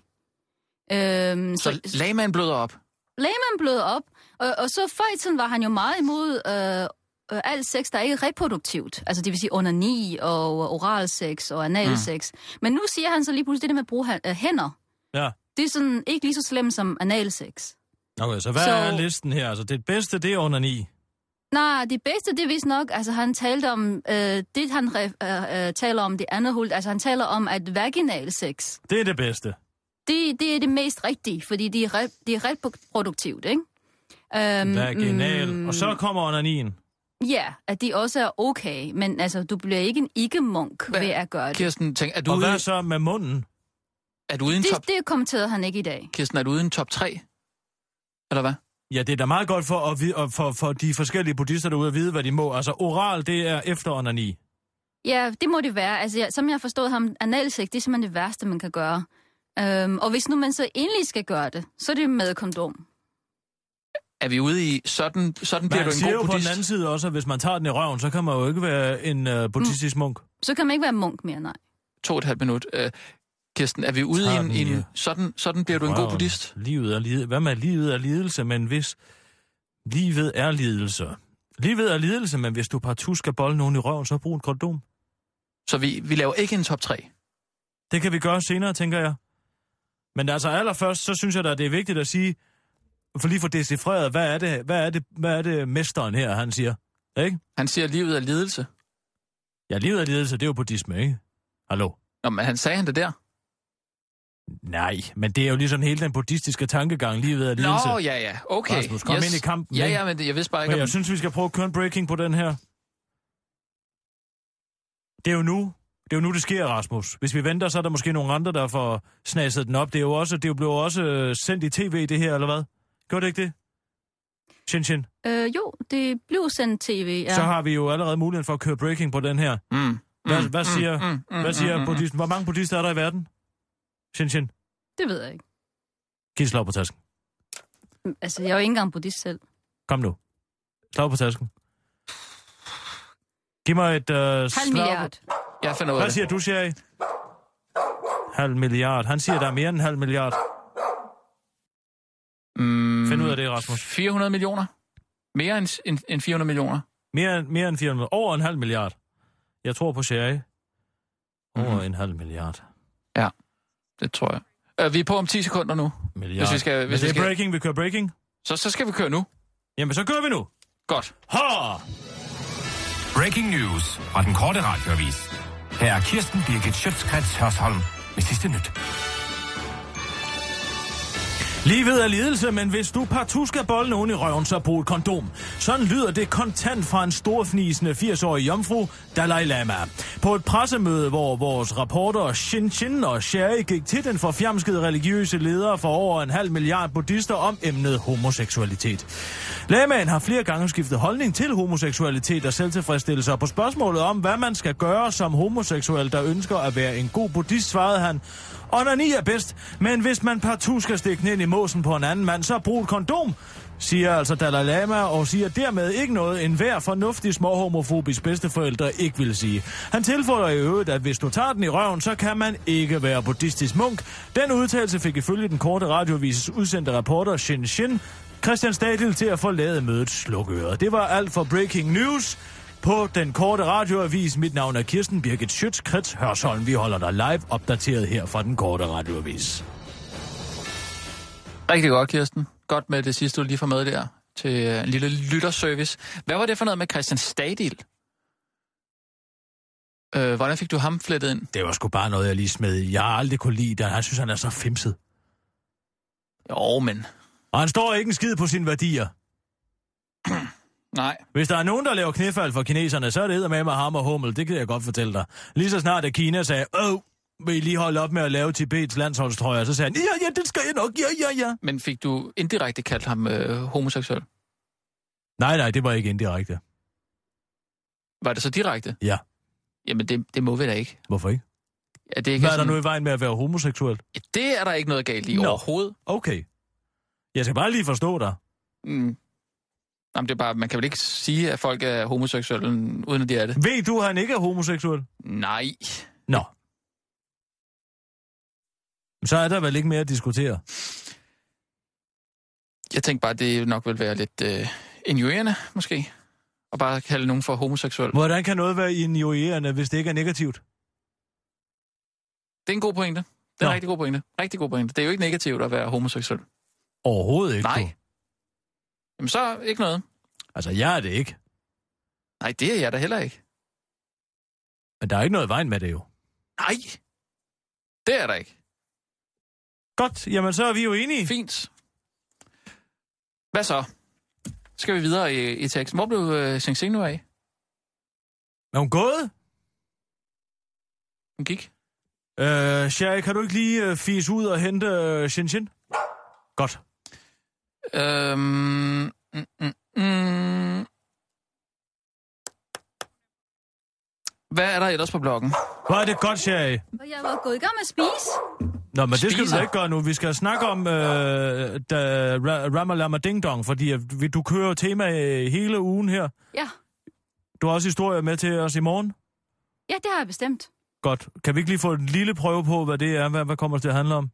[SPEAKER 10] Øhm,
[SPEAKER 4] så, så lagmanden bløder op.
[SPEAKER 10] Lehmann blød op, og, og så før i tiden var han jo meget imod øh, øh, alt sex, der er ikke er reproduktivt. Altså det vil sige onani og oral sex og anal sex. Mm. Men nu siger han så lige pludselig det der med at bruge hæ- øh, hænder.
[SPEAKER 5] Ja.
[SPEAKER 10] Det er sådan ikke lige så slemt som anal sex.
[SPEAKER 5] Okay, så hvad så...
[SPEAKER 10] Så-
[SPEAKER 5] er listen her? Altså, det bedste, det er under 9.
[SPEAKER 10] Nej, det bedste, det er vist nok, altså han talte om, øh, det han re- øh, øh, taler om, det andet hul, altså han taler om, at vaginal sex,
[SPEAKER 5] Det er det bedste.
[SPEAKER 10] det, det er det mest rigtige, fordi det er, re- det er reproduktivt, ikke? Øhm,
[SPEAKER 5] Vaginal. Mm. Og så kommer under 9.
[SPEAKER 10] Ja, at de også er okay, men altså, du bliver ikke en ikke-munk ved at gøre det.
[SPEAKER 4] Kirsten, tænk, er du
[SPEAKER 5] Og
[SPEAKER 4] ude,
[SPEAKER 5] hvad så med munden?
[SPEAKER 4] er du ude i en top,
[SPEAKER 10] Det, det kommenterede han ikke i dag.
[SPEAKER 4] Kirsten, er du ude i en top 3? Eller hvad?
[SPEAKER 5] Ja, det er da meget godt for, at vide, og for, for de forskellige buddhister derude at vide, hvad de må. Altså, oral, det er efter under 9.
[SPEAKER 10] Ja, det må det være. Altså, jeg, som jeg har forstået ham, analsex, det er simpelthen det værste, man kan gøre. Øhm, og hvis nu man så endelig skal gøre det, så er det med kondom.
[SPEAKER 4] Er vi ude i, sådan, sådan
[SPEAKER 5] Men
[SPEAKER 4] bliver
[SPEAKER 5] han
[SPEAKER 4] du en
[SPEAKER 5] siger jo
[SPEAKER 4] god
[SPEAKER 5] på den
[SPEAKER 4] buddhist?
[SPEAKER 5] anden side også, at hvis man tager den i røven, så kan man jo ikke være en uh, buddhistisk
[SPEAKER 4] Mm.
[SPEAKER 5] munk.
[SPEAKER 10] Så kan man ikke være munk mere, nej.
[SPEAKER 4] To og et halvt minut. Øh, Kirsten, er vi ude i
[SPEAKER 5] Tager
[SPEAKER 4] en,
[SPEAKER 5] den
[SPEAKER 4] i
[SPEAKER 5] i,
[SPEAKER 4] en
[SPEAKER 5] øh,
[SPEAKER 4] sådan, sådan bliver du en god
[SPEAKER 5] Røven.
[SPEAKER 4] buddhist?
[SPEAKER 5] Livet er lidelse. Hvad med livet er lidelse, men hvis... Livet er lidelse. Livet er lidelse, men hvis du partout skal bolde nogen i røven, så brug en kondom.
[SPEAKER 4] Så vi, vi laver ikke en top 3.
[SPEAKER 5] Det kan vi gøre senere, tænker jeg. Men altså allerførst, så synes jeg da, det er vigtigt at sige, for lige for decifreret, hvad er det, hvad er det, hvad er det mesteren her, han siger? Ikke?
[SPEAKER 4] Han siger, at livet er lidelse.
[SPEAKER 5] Ja, livet er lidelse, det er jo buddhisme, ikke? Hallo?
[SPEAKER 4] Nå, men han sagde han det der.
[SPEAKER 5] Nej, men det er jo ligesom hele den buddhistiske tankegang, livet er lidelse.
[SPEAKER 4] Nå, ja, ja. Okay.
[SPEAKER 5] Rasmus, kom ind i kampen,
[SPEAKER 4] Ja,
[SPEAKER 5] ikke?
[SPEAKER 4] ja, men det- jeg vidste bare ikke,
[SPEAKER 5] Men
[SPEAKER 4] om...
[SPEAKER 5] jeg synes, vi skal prøve at køre en breaking på den her. Det er jo nu. Det er jo nu, det sker, Rasmus. Hvis vi venter, så er der måske nogle andre, der får snasset den op. Det er jo også, det er jo blevet også øh, sendt i tv, det her, eller hvad? Gør det ikke det? Shin Shin.
[SPEAKER 10] Øh, jo, det blev sendt tv,
[SPEAKER 5] Ja.
[SPEAKER 10] ja.
[SPEAKER 5] Så har vi jo allerede muligheden for at køre breaking på den her.
[SPEAKER 4] Mm.
[SPEAKER 5] Hvad, hvad siger,
[SPEAKER 4] mm, mm,
[SPEAKER 5] hvad siger
[SPEAKER 4] mm, mm,
[SPEAKER 5] buddhisten? Hvor mange buddhister er der i verden? Shin Shin.
[SPEAKER 10] Det ved jeg ikke.
[SPEAKER 5] Giv et slag på tasken.
[SPEAKER 10] Altså, jeg er jo ikke engang buddhist selv.
[SPEAKER 5] Kom nu. Slag på tasken. Giv mig et øh,
[SPEAKER 10] Halv
[SPEAKER 5] slag på...
[SPEAKER 10] milliard.
[SPEAKER 4] mm. Jeg finder ud af
[SPEAKER 5] Hvad
[SPEAKER 4] det.
[SPEAKER 5] siger du, Sherry? Halv milliard. Han siger, der er mere end en halv milliard.
[SPEAKER 4] Mm,
[SPEAKER 5] Find ud af det, Rasmus.
[SPEAKER 4] 400 millioner? Mere end, end, end 400 millioner?
[SPEAKER 5] Mere, end- mere end 400. Over en halv milliard. Jeg tror på Sherry. Over
[SPEAKER 4] Mhm.
[SPEAKER 5] mm. en halv milliard.
[SPEAKER 4] Det tror jeg. Øh, vi er på om 10 sekunder nu.
[SPEAKER 5] milliard.
[SPEAKER 4] Hvis vi skal- hvis
[SPEAKER 5] Men det
[SPEAKER 4] vi
[SPEAKER 5] er
[SPEAKER 4] skal-
[SPEAKER 5] breaking, vi kører breaking.
[SPEAKER 4] Så, så skal vi køre nu.
[SPEAKER 5] Jamen, så kører vi nu.
[SPEAKER 4] Godt.
[SPEAKER 5] Ha!
[SPEAKER 6] Breaking news fra den korte radiovis. Her er Kirsten Birgit Schøtzgrads Hørsholm med sidste nyt.
[SPEAKER 5] Livet er lidelse, men hvis du partout skal bolle nogen i røven, så brug et kondom. Sådan lyder det kontant fra en storfnisende 80-årig jomfru, Dalai Lama. På et pressemøde, hvor vores rapporter Shin Shin og Sherry gik til den forfjamskede religiøse leder for over en halv milliard buddhister om emnet homoseksualitet. Lamaen har flere gange skiftet holdning til homoseksualitet og selvtilfredsstillelse, og på spørgsmålet om, hvad man skal gøre som homoseksuel, der ønsker at være en god buddhist, svarede han, Onani er bedst, men hvis man partout skal stikke den ind i måsen på en anden mand, så brug et kondom, siger altså Dalai Lama, og siger dermed ikke noget, en hver fornuftig småhomofobisk bedsteforældre ikke vil sige. Han tilføjer i øvrigt, at hvis du tager den i røven, så kan man ikke være buddhistisk munk. Den udtalelse fik ifølge den korte radiovises udsendte reporter Shin Shin Christian Stadil til at forlade mødets slukøret. Det var alt for Breaking News på den korte radioavis. Mit navn er Kirsten Birgit Schütz, Krets Hørsholm. Vi holder dig live opdateret her fra den korte radioavis.
[SPEAKER 4] Rigtig godt, Kirsten. Godt med det sidste, du lige får med der til øh, en lille lytterservice. Hvad var det for noget med Christian Stadil? Øh, hvordan fik du ham flettet ind?
[SPEAKER 5] Det var sgu bare noget, jeg lige smed. i. Jeg har aldrig kunne lide det. Han synes, han er så fimset.
[SPEAKER 4] Jo, men...
[SPEAKER 5] Og han står ikke en skid på sine værdier.
[SPEAKER 4] Nej.
[SPEAKER 5] Hvis der er nogen, der laver knæfald for kineserne, så er det med ham og hummel. Det kan jeg godt fortælle dig. Lige så snart at Kina sagde, åh, vil I lige holde op med at lave Tibets landsholdstrøjer? Så sagde han, ja, ja, det skal jeg nok, ja, ja, ja.
[SPEAKER 4] Men fik du indirekte kaldt ham øh, homoseksuel?
[SPEAKER 5] Nej, nej, det var ikke indirekte.
[SPEAKER 4] Var det så direkte?
[SPEAKER 5] Ja.
[SPEAKER 4] Jamen, det, det må vi da ikke.
[SPEAKER 5] Hvorfor ikke?
[SPEAKER 4] Er det ikke
[SPEAKER 5] Hvad er
[SPEAKER 4] sådan...
[SPEAKER 5] der nu i vejen med at være homoseksuel?
[SPEAKER 4] Det er der ikke noget galt i
[SPEAKER 5] Nå.
[SPEAKER 4] overhovedet.
[SPEAKER 5] Okay. Jeg skal bare lige forstå dig.
[SPEAKER 4] Mm. Jamen, det er bare, man kan vel ikke sige, at folk er homoseksuelle, uden at de er det.
[SPEAKER 5] Ved du, at han ikke er homoseksuel?
[SPEAKER 4] Nej.
[SPEAKER 5] Nå. Så er der vel ikke mere at diskutere.
[SPEAKER 4] Jeg tænkte bare, det nok vil være lidt øh, injurierende, måske. Og bare kalde nogen for homoseksuel.
[SPEAKER 5] Hvordan kan noget være injurierende, hvis det ikke er negativt?
[SPEAKER 4] Det er en god pointe. Det er
[SPEAKER 5] Nå.
[SPEAKER 4] en rigtig god pointe. Rigtig god pointe. Det er jo ikke negativt at være homoseksuel.
[SPEAKER 5] Overhovedet ikke.
[SPEAKER 4] Nej.
[SPEAKER 5] du.
[SPEAKER 4] Jamen, så ikke noget.
[SPEAKER 5] Altså, jeg er det ikke.
[SPEAKER 4] Nej, det er jeg da heller ikke.
[SPEAKER 5] Men der er ikke noget i vejen med det jo.
[SPEAKER 4] Nej. Det er der ikke.
[SPEAKER 5] Godt, jamen så er vi jo enige.
[SPEAKER 4] Fint. Hvad så? Skal vi videre i, i teksten? Hvor blev øh, Sing Sing nu af?
[SPEAKER 5] Er hun gået?
[SPEAKER 4] Hun gik.
[SPEAKER 5] Øh, Sherry, kan du ikke lige øh, fise ud og hente øh, Shin Shin? Godt.
[SPEAKER 4] Øhm, mm, mm, mm. Hvad er der ellers på bloggen?
[SPEAKER 5] Hvor er det godt, Sherry.
[SPEAKER 10] Og jeg var gået i gang med at spise.
[SPEAKER 5] Nå, men det skal du
[SPEAKER 4] Spiser.
[SPEAKER 5] da ikke gøre nu. Vi skal snakke om øh, da, ra, Ramalama Ding Dong, fordi at vi- du kører tema øh, hele ugen her.
[SPEAKER 10] Ja.
[SPEAKER 5] Du har også historier med til os i morgen.
[SPEAKER 10] ja, det har jeg bestemt.
[SPEAKER 5] Godt. Kan vi ikke lige få en lille prøve på, hvad det er? Hvad, hvad kommer det til at handle om?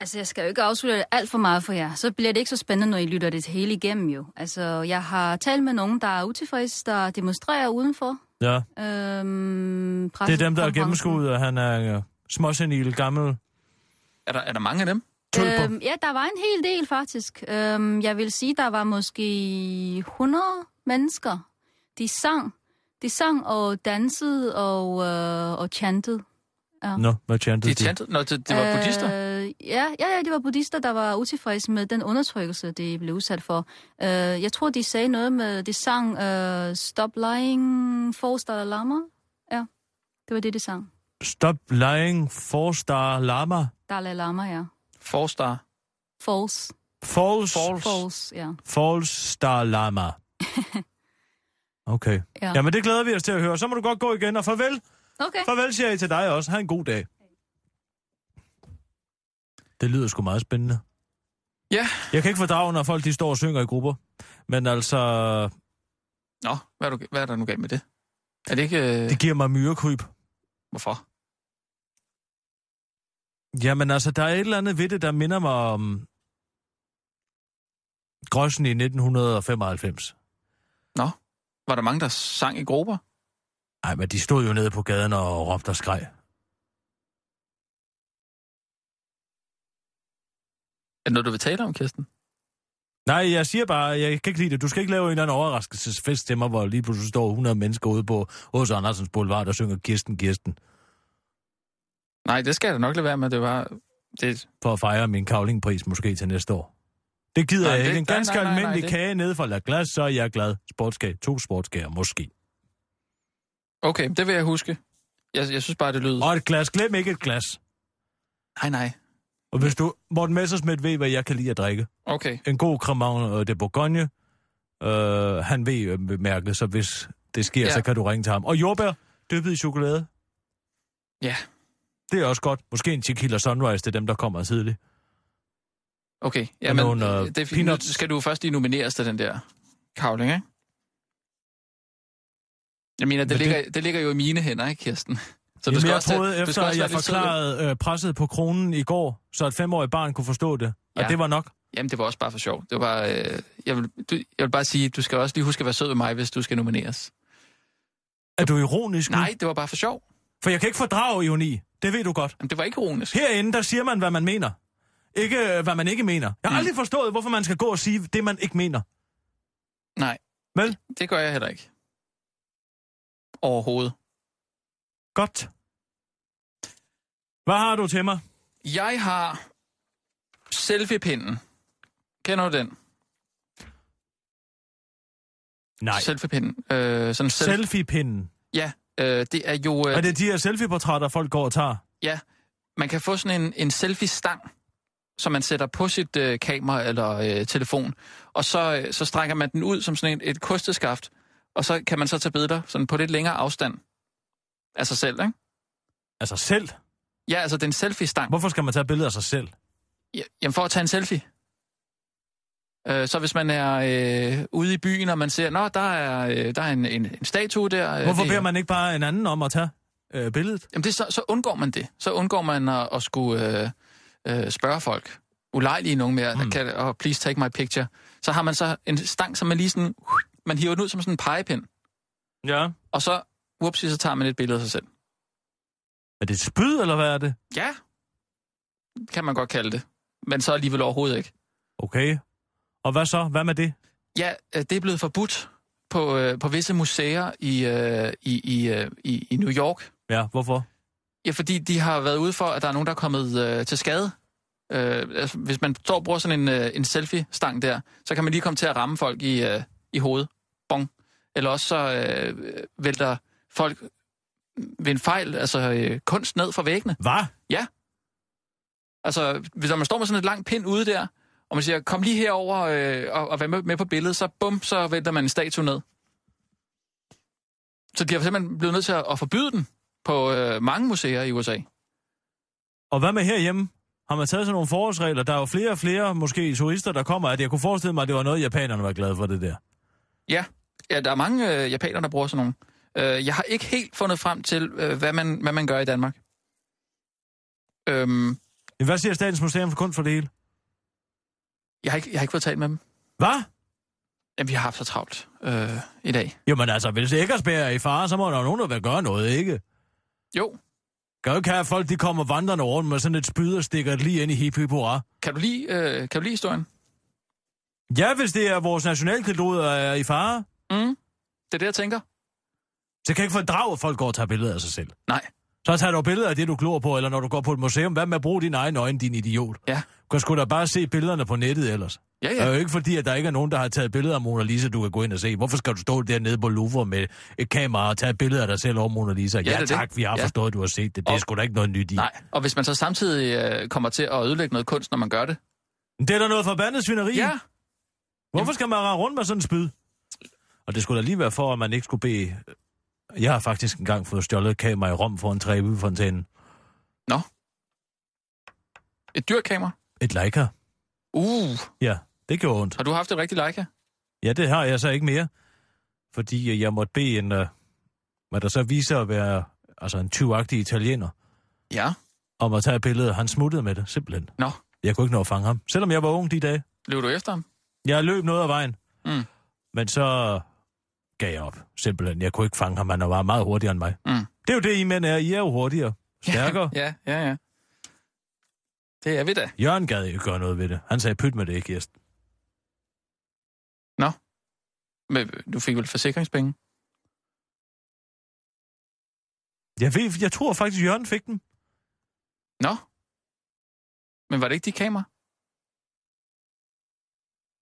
[SPEAKER 10] Altså, jeg skal jo ikke afsløre det alt for meget for jer. Så bliver det ikke så spændende, når I lytter det hele igennem jo. Altså, jeg har talt med nogen, der er utilfredse, der demonstrerer udenfor.
[SPEAKER 5] Ja,
[SPEAKER 10] Øhm,
[SPEAKER 5] det er dem, der er
[SPEAKER 10] pressekonferencen.
[SPEAKER 5] gennemskuddet, og han er øh, småsenil, gammel
[SPEAKER 4] Er der, er der mange af dem?
[SPEAKER 5] tølper.
[SPEAKER 10] Øhm, ja, der var en hel del faktisk. Øhm, jeg vil sige, der var måske 100 mennesker. De sang, de sang og dansede og, øh, og chantede.
[SPEAKER 5] Nå, hvad chantede
[SPEAKER 4] De chantede? Nå, det, det var øh... buddhister?
[SPEAKER 10] Øh, ja, ja, ja, det var buddhister, der var utilfredse med den undertrykkelse, de blev udsat for. Øh, jeg tror, de sagde noget med, de sang øh, Stop Lying, Four Star Lama. Ja, det var det, de sang.
[SPEAKER 5] Stop lying, four star lama.
[SPEAKER 10] Dalai Lama, ja.
[SPEAKER 4] Forstar?
[SPEAKER 10] False.
[SPEAKER 5] False,
[SPEAKER 4] False?
[SPEAKER 10] False, ja.
[SPEAKER 5] false star lama. Okay.
[SPEAKER 10] ja.
[SPEAKER 5] Jamen, det glæder vi os til at høre. Så må du godt gå igen, og farvel.
[SPEAKER 10] Okay.
[SPEAKER 5] Farvel, siger jeg til dig også. Ha' en god dag. Det lyder sgu meget spændende.
[SPEAKER 4] Ja.
[SPEAKER 5] Jeg kan ikke fordrage, når folk de står og synger i grupper. Men altså,
[SPEAKER 4] Nå, hvad er, du, hvad er der nu galt med det? Er det ikke... Øh,
[SPEAKER 5] det giver mig myrekryb.
[SPEAKER 4] Hvorfor?
[SPEAKER 5] Jamen altså, der er et eller andet ved det, der minder mig om grøssen i 1995.
[SPEAKER 4] Nå, var der mange, der sang i grupper?
[SPEAKER 5] Nej, men de stod jo nede på gaden og råbte og skreg.
[SPEAKER 4] Er det noget, du vil tale om, Kirsten?
[SPEAKER 5] Nej, jeg siger bare, jeg kan ikke lide det. Du skal ikke lave en eller anden overraskelsesfest til mig, hvor lige pludselig står 100 mennesker ude på Ås Andersens Boulevard og synger Kirsten, Kirsten,
[SPEAKER 4] Nej, det skal jeg da nok lade være med. Det var... Det,
[SPEAKER 5] for at fejre min kavlingpris måske til næste år. Det gider
[SPEAKER 4] Nej,
[SPEAKER 5] nej, jeg
[SPEAKER 4] det-
[SPEAKER 5] ikke. En
[SPEAKER 4] nej,
[SPEAKER 5] ganske
[SPEAKER 4] nej, nej, nej,
[SPEAKER 5] almindelig
[SPEAKER 4] det-
[SPEAKER 5] kage nede fra La Glace, så er jeg glad. Sportskage, to sportskager måske.
[SPEAKER 4] okay, det vil jeg huske. Jeg, jeg synes bare, det lyder...
[SPEAKER 5] Og et glas, glem ikke et glas.
[SPEAKER 4] Nej, nej.
[SPEAKER 5] Og hvis du, Morten Messersmith ved, hvad jeg kan lide at drikke.
[SPEAKER 4] Okay.
[SPEAKER 5] En god Cremant de Bourgogne. Øh, han ved øh, mærket, så hvis det sker,
[SPEAKER 4] Ja.
[SPEAKER 5] ja. så kan du ringe til ham. Og jordbær, dyppet i chokolade.
[SPEAKER 4] Ja,
[SPEAKER 5] Det er også godt. Måske en tequila sunrise til dem, der kommer tidligt.
[SPEAKER 4] okay.
[SPEAKER 5] Og
[SPEAKER 4] Jamen,
[SPEAKER 5] nogle, øh,
[SPEAKER 4] det, er fint. nu
[SPEAKER 5] peanuts.
[SPEAKER 4] skal du først lige nomineres til den der kavling, ikke? Jeg mener, det,
[SPEAKER 5] Men det-
[SPEAKER 4] ligger, det... ligger jo i mine hænder, ikke, Kirsten? Så
[SPEAKER 5] Jamen, jeg
[SPEAKER 4] tage-
[SPEAKER 5] troede, efter
[SPEAKER 4] være
[SPEAKER 5] at
[SPEAKER 4] lidt
[SPEAKER 5] jeg
[SPEAKER 4] sød, ikke?
[SPEAKER 5] forklarede øh, presset på kronen i går, så et femårigt barn kunne forstå det, ja.
[SPEAKER 4] Ja.
[SPEAKER 5] og det var nok.
[SPEAKER 4] Jamen, det var også bare for sjov. Det var bare, øh, jeg, vil, du, jeg vil bare sige, du skal også lige huske at være sød ved mig, hvis du skal nomineres.
[SPEAKER 5] Mm. Er du ironisk nu?
[SPEAKER 4] Nej, det var bare for sjov.
[SPEAKER 5] For jeg kan ikke fordrage ironi. Det ved du godt.
[SPEAKER 4] Jamen, det var ikke ironisk.
[SPEAKER 5] Herinde, der siger man, hvad man mener. Ikke, øh, hvad man ikke mener. Jeg
[SPEAKER 4] Mm.
[SPEAKER 5] har aldrig forstået, hvorfor man skal gå og sige det, man ikke mener.
[SPEAKER 4] Nej.
[SPEAKER 5] Vel?
[SPEAKER 4] Det gør jeg heller ikke. Overhovedet.
[SPEAKER 5] Godt. Hvad har du til mig?
[SPEAKER 4] Jeg har selfie-pinden. Kender du den?
[SPEAKER 5] Nej.
[SPEAKER 4] Selfie-pinden. Øh, sådan en self-
[SPEAKER 5] Selfie-pinden.
[SPEAKER 4] ja, øh, det er jo... Øh,
[SPEAKER 5] Er det de her selfie-portrætter, folk går og tager?
[SPEAKER 4] Ja, man kan få sådan en, en selfie-stang, som man sætter på sit øh, kamera eller øh, telefon, og så, øh, så strækker man den ud som sådan et, et kosteskaft, og så kan man så tage billeder sådan på lidt længere afstand af sig selv, ikke?
[SPEAKER 5] Altså selv?
[SPEAKER 4] Ja, altså den selfie-stang.
[SPEAKER 5] Hvorfor skal man tage billeder af sig selv?
[SPEAKER 4] Ja, Jamen for at tage en selfie. Øh, Så hvis man er øh, ude i byen, og man ser, nå, der er, øh, der er en, en, en statue der. øh,
[SPEAKER 5] Hvorfor
[SPEAKER 4] det-
[SPEAKER 5] beder man ikke bare en anden om at tage øh, billedet?
[SPEAKER 4] Jamen det, så, så undgår man det. Så undgår man at, at skulle øh, øh, spørge folk. Ulejlige nogen mere, mm. kan, og please take my picture. Så har man så en stang, som man lige sådan, man hiver den ud som sådan en pegepind.
[SPEAKER 5] Ja.
[SPEAKER 4] Og så, whoopsie, så tager man et billede af sig selv.
[SPEAKER 5] Er det et spyd, eller hvad er det?
[SPEAKER 4] Ja, kan man godt kalde det. Men så alligevel overhovedet ikke.
[SPEAKER 5] Okay. Og hvad så? Hvad med det?
[SPEAKER 4] Ja, øh, det er blevet forbudt på, øh, på visse museer i, øh, i, i, øh, i, i New York.
[SPEAKER 5] Ja, hvorfor?
[SPEAKER 4] Ja, fordi de har været ude for, at der er nogen, der er kommet øh, til skade. Øh, altså, hvis man står og bruger sådan en, øh, en selfie-stang der, så kan man lige komme til at ramme folk i, øh, i hovedet. Bong. Eller også så øh, vælter folk ved en fejl, altså øh, kunst ned fra væggene.
[SPEAKER 5] Hvad?
[SPEAKER 4] Ja. Altså, hvis man står med sådan et langt pind ude der, og man siger, kom lige herover øh, og, og vær med, med på billedet, så bum, så vælter man en statue ned. Så de har simpelthen blevet nødt til at, at forbyde den på øh, mange museer i USA.
[SPEAKER 5] Og hvad med herhjemme? Har man taget sådan nogle forholdsregler? Der er jo flere og flere, måske turister, der kommer, at jeg kunne forestille mig, at det var noget, japanerne var glade for det der.
[SPEAKER 4] Ja, ja der er mange øh, japanere, der bruger sådan nogle. Øh, jeg har ikke helt fundet frem til, øh, hvad, man, hvad man gør i Danmark. Øhm,
[SPEAKER 5] Men Hvad siger Statens Museum for Kunst for det hele?
[SPEAKER 4] jeg, har ikke, jeg har ikke fået talt med dem.
[SPEAKER 5] Hvad?
[SPEAKER 4] Jamen, vi har haft så travlt øh, i dag.
[SPEAKER 5] Jamen altså, hvis Eggersberg er i fare, så må der jo nogen, der vil gøre noget, ikke?
[SPEAKER 4] Jo.
[SPEAKER 5] Kan jo ikke have, at folk de kommer vandrende rundt med sådan et spyd og stikker det lige ind i hip hip hurra.
[SPEAKER 4] Kan du lide, øh, kan du lide historien?
[SPEAKER 5] Ja, hvis det er vores nationalkredod der er i fare,
[SPEAKER 4] Mm? Det er det, jeg tænker.
[SPEAKER 5] så kan jeg ikke fordrage, at folk går og tager billeder af sig selv.
[SPEAKER 4] Nej.
[SPEAKER 5] Så tager du billeder af det, du glor på, eller når du går på et museum. Hvad med at bruge dine egne øjne, din idiot?
[SPEAKER 4] Ja.
[SPEAKER 5] Du kan sgu da bare se billederne på nettet ellers.
[SPEAKER 4] Ja, ja.
[SPEAKER 5] Det er jo ikke fordi, at der ikke er nogen, der har taget billeder af Mona Lisa, du kan gå ind og se. Hvorfor skal du stå dernede på Louvre med et kamera og tage billeder af dig selv over Mona Lisa?
[SPEAKER 4] Ja,
[SPEAKER 5] Ja,
[SPEAKER 4] det er
[SPEAKER 5] ja
[SPEAKER 4] det.
[SPEAKER 5] tak, vi har
[SPEAKER 4] Ja.
[SPEAKER 5] forstået, at du har set det. Det er
[SPEAKER 4] Og-
[SPEAKER 5] sgu da ikke noget nyt i.
[SPEAKER 4] Nej, og hvis man så samtidig øh, kommer til at ødelægge noget kunst, når man gør det.
[SPEAKER 5] Det er da noget forbandet svineri.
[SPEAKER 4] Ja,
[SPEAKER 5] Hvorfor skal man rende rundt med sådan en spyd? Og det skulle da lige være for, at man ikke skulle bede... Jeg har faktisk engang fået stjålet et kamera i Rom for en træbefontæne.
[SPEAKER 4] et dyrt kamera.
[SPEAKER 5] Et Leica.
[SPEAKER 4] Uh,
[SPEAKER 5] Ja, det gjorde ondt.
[SPEAKER 4] har du haft et rigtigt Leica?
[SPEAKER 5] Ja, det har jeg så ikke mere. Fordi øh, jeg måtte bede en... øh, Hvad der så viser at være altså en tyvagtig italiener,
[SPEAKER 4] Ja.
[SPEAKER 5] om at tage et billede. Han smuttede med det, simpelthen.
[SPEAKER 4] Nå,
[SPEAKER 5] Jeg kunne ikke nå at fange ham. Selvom jeg var ung de dage.
[SPEAKER 4] løb du efter ham?
[SPEAKER 5] Jeg løb noget af vejen.
[SPEAKER 4] Mm.
[SPEAKER 5] Men så gav jeg op, simpelthen. Jeg kunne ikke fange ham, han var meget hurtigere end mig.
[SPEAKER 4] Mm.
[SPEAKER 5] Det er jo det, I mænd er. I er jo hurtigere. Stærkere.
[SPEAKER 4] Ja, ja, ja. Det er vi da.
[SPEAKER 5] Jørgen gad ikke gøre noget ved det. Han sagde, pyt med det, ikke, Kirsten.
[SPEAKER 4] Men øh, du fik vel forsikringspenge?
[SPEAKER 5] Jeg, ved, jeg tror faktisk, Jørgen fik den.
[SPEAKER 4] Nå. Men var det ikke de kamera?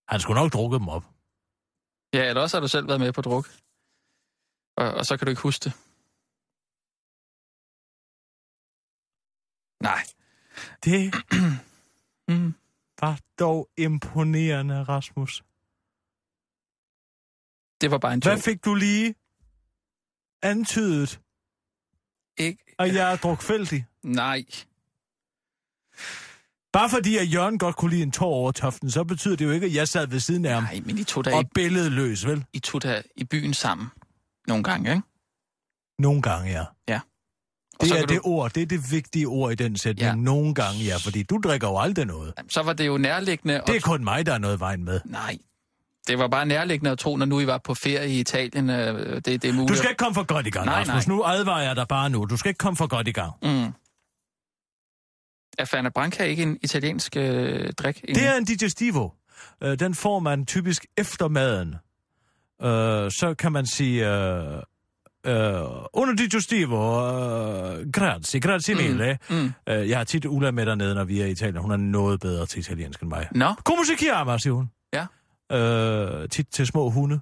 [SPEAKER 5] Han skulle nok drukke dem op.
[SPEAKER 4] Ja, eller også har du selv været med på druk. Og, og så kan du ikke huske det. Nej.
[SPEAKER 5] Det
[SPEAKER 4] Mm.
[SPEAKER 5] var dog imponerende, Rasmus.
[SPEAKER 4] Det var bare en joke.
[SPEAKER 5] Hvad fik du lige antydet,
[SPEAKER 4] Ikke?
[SPEAKER 5] at jeg er drukfældig?
[SPEAKER 4] Nej.
[SPEAKER 5] Bare fordi, at Jørgen godt kunne lide en tår over toften, så betyder det jo ikke, at jeg sad ved siden af ham
[SPEAKER 4] Nej, men I tog da,
[SPEAKER 5] og
[SPEAKER 4] i,
[SPEAKER 5] billedløs, vel?
[SPEAKER 4] I tog da i byen sammen. Nogle gange, ikke?
[SPEAKER 5] Nogle gange, ja.
[SPEAKER 4] Og så
[SPEAKER 5] Det er
[SPEAKER 4] kan
[SPEAKER 5] det ord, det er det vigtige ord i den sætning.
[SPEAKER 4] Ja.
[SPEAKER 5] Nogle gange, ja, fordi du drikker jo aldrig noget.
[SPEAKER 4] Jamen, så var det jo nærliggende...
[SPEAKER 5] Det er
[SPEAKER 4] at...
[SPEAKER 5] kun mig, der er noget i vejen med.
[SPEAKER 4] Nej. Det var bare nærliggende at tro, når nu I var på ferie i Italien, øh, det, det er muligt.
[SPEAKER 5] Du skal ikke komme for godt i gang,
[SPEAKER 4] Nej,
[SPEAKER 5] Rasmus.
[SPEAKER 4] nej.
[SPEAKER 5] Nu advarer jeg dig bare nu. Du skal ikke komme for godt i gang.
[SPEAKER 4] Mm. Er Fana Branca ikke en italiensk øh, drik?
[SPEAKER 5] Det er en digestivo. Øh, Den får man typisk efter maden. Øh, Så kan man sige... øh, øh, Under digestivo. øh, Grazie, grazie mille.
[SPEAKER 4] Mm.
[SPEAKER 5] Øh, Jeg har tit Ulla med dernede, når vi er i Italien. Hun er noget bedre til italiensk end mig.
[SPEAKER 4] Nå,
[SPEAKER 5] Come si chiama, siger hun.
[SPEAKER 4] Ja.
[SPEAKER 5] Øh, tit til små hunde.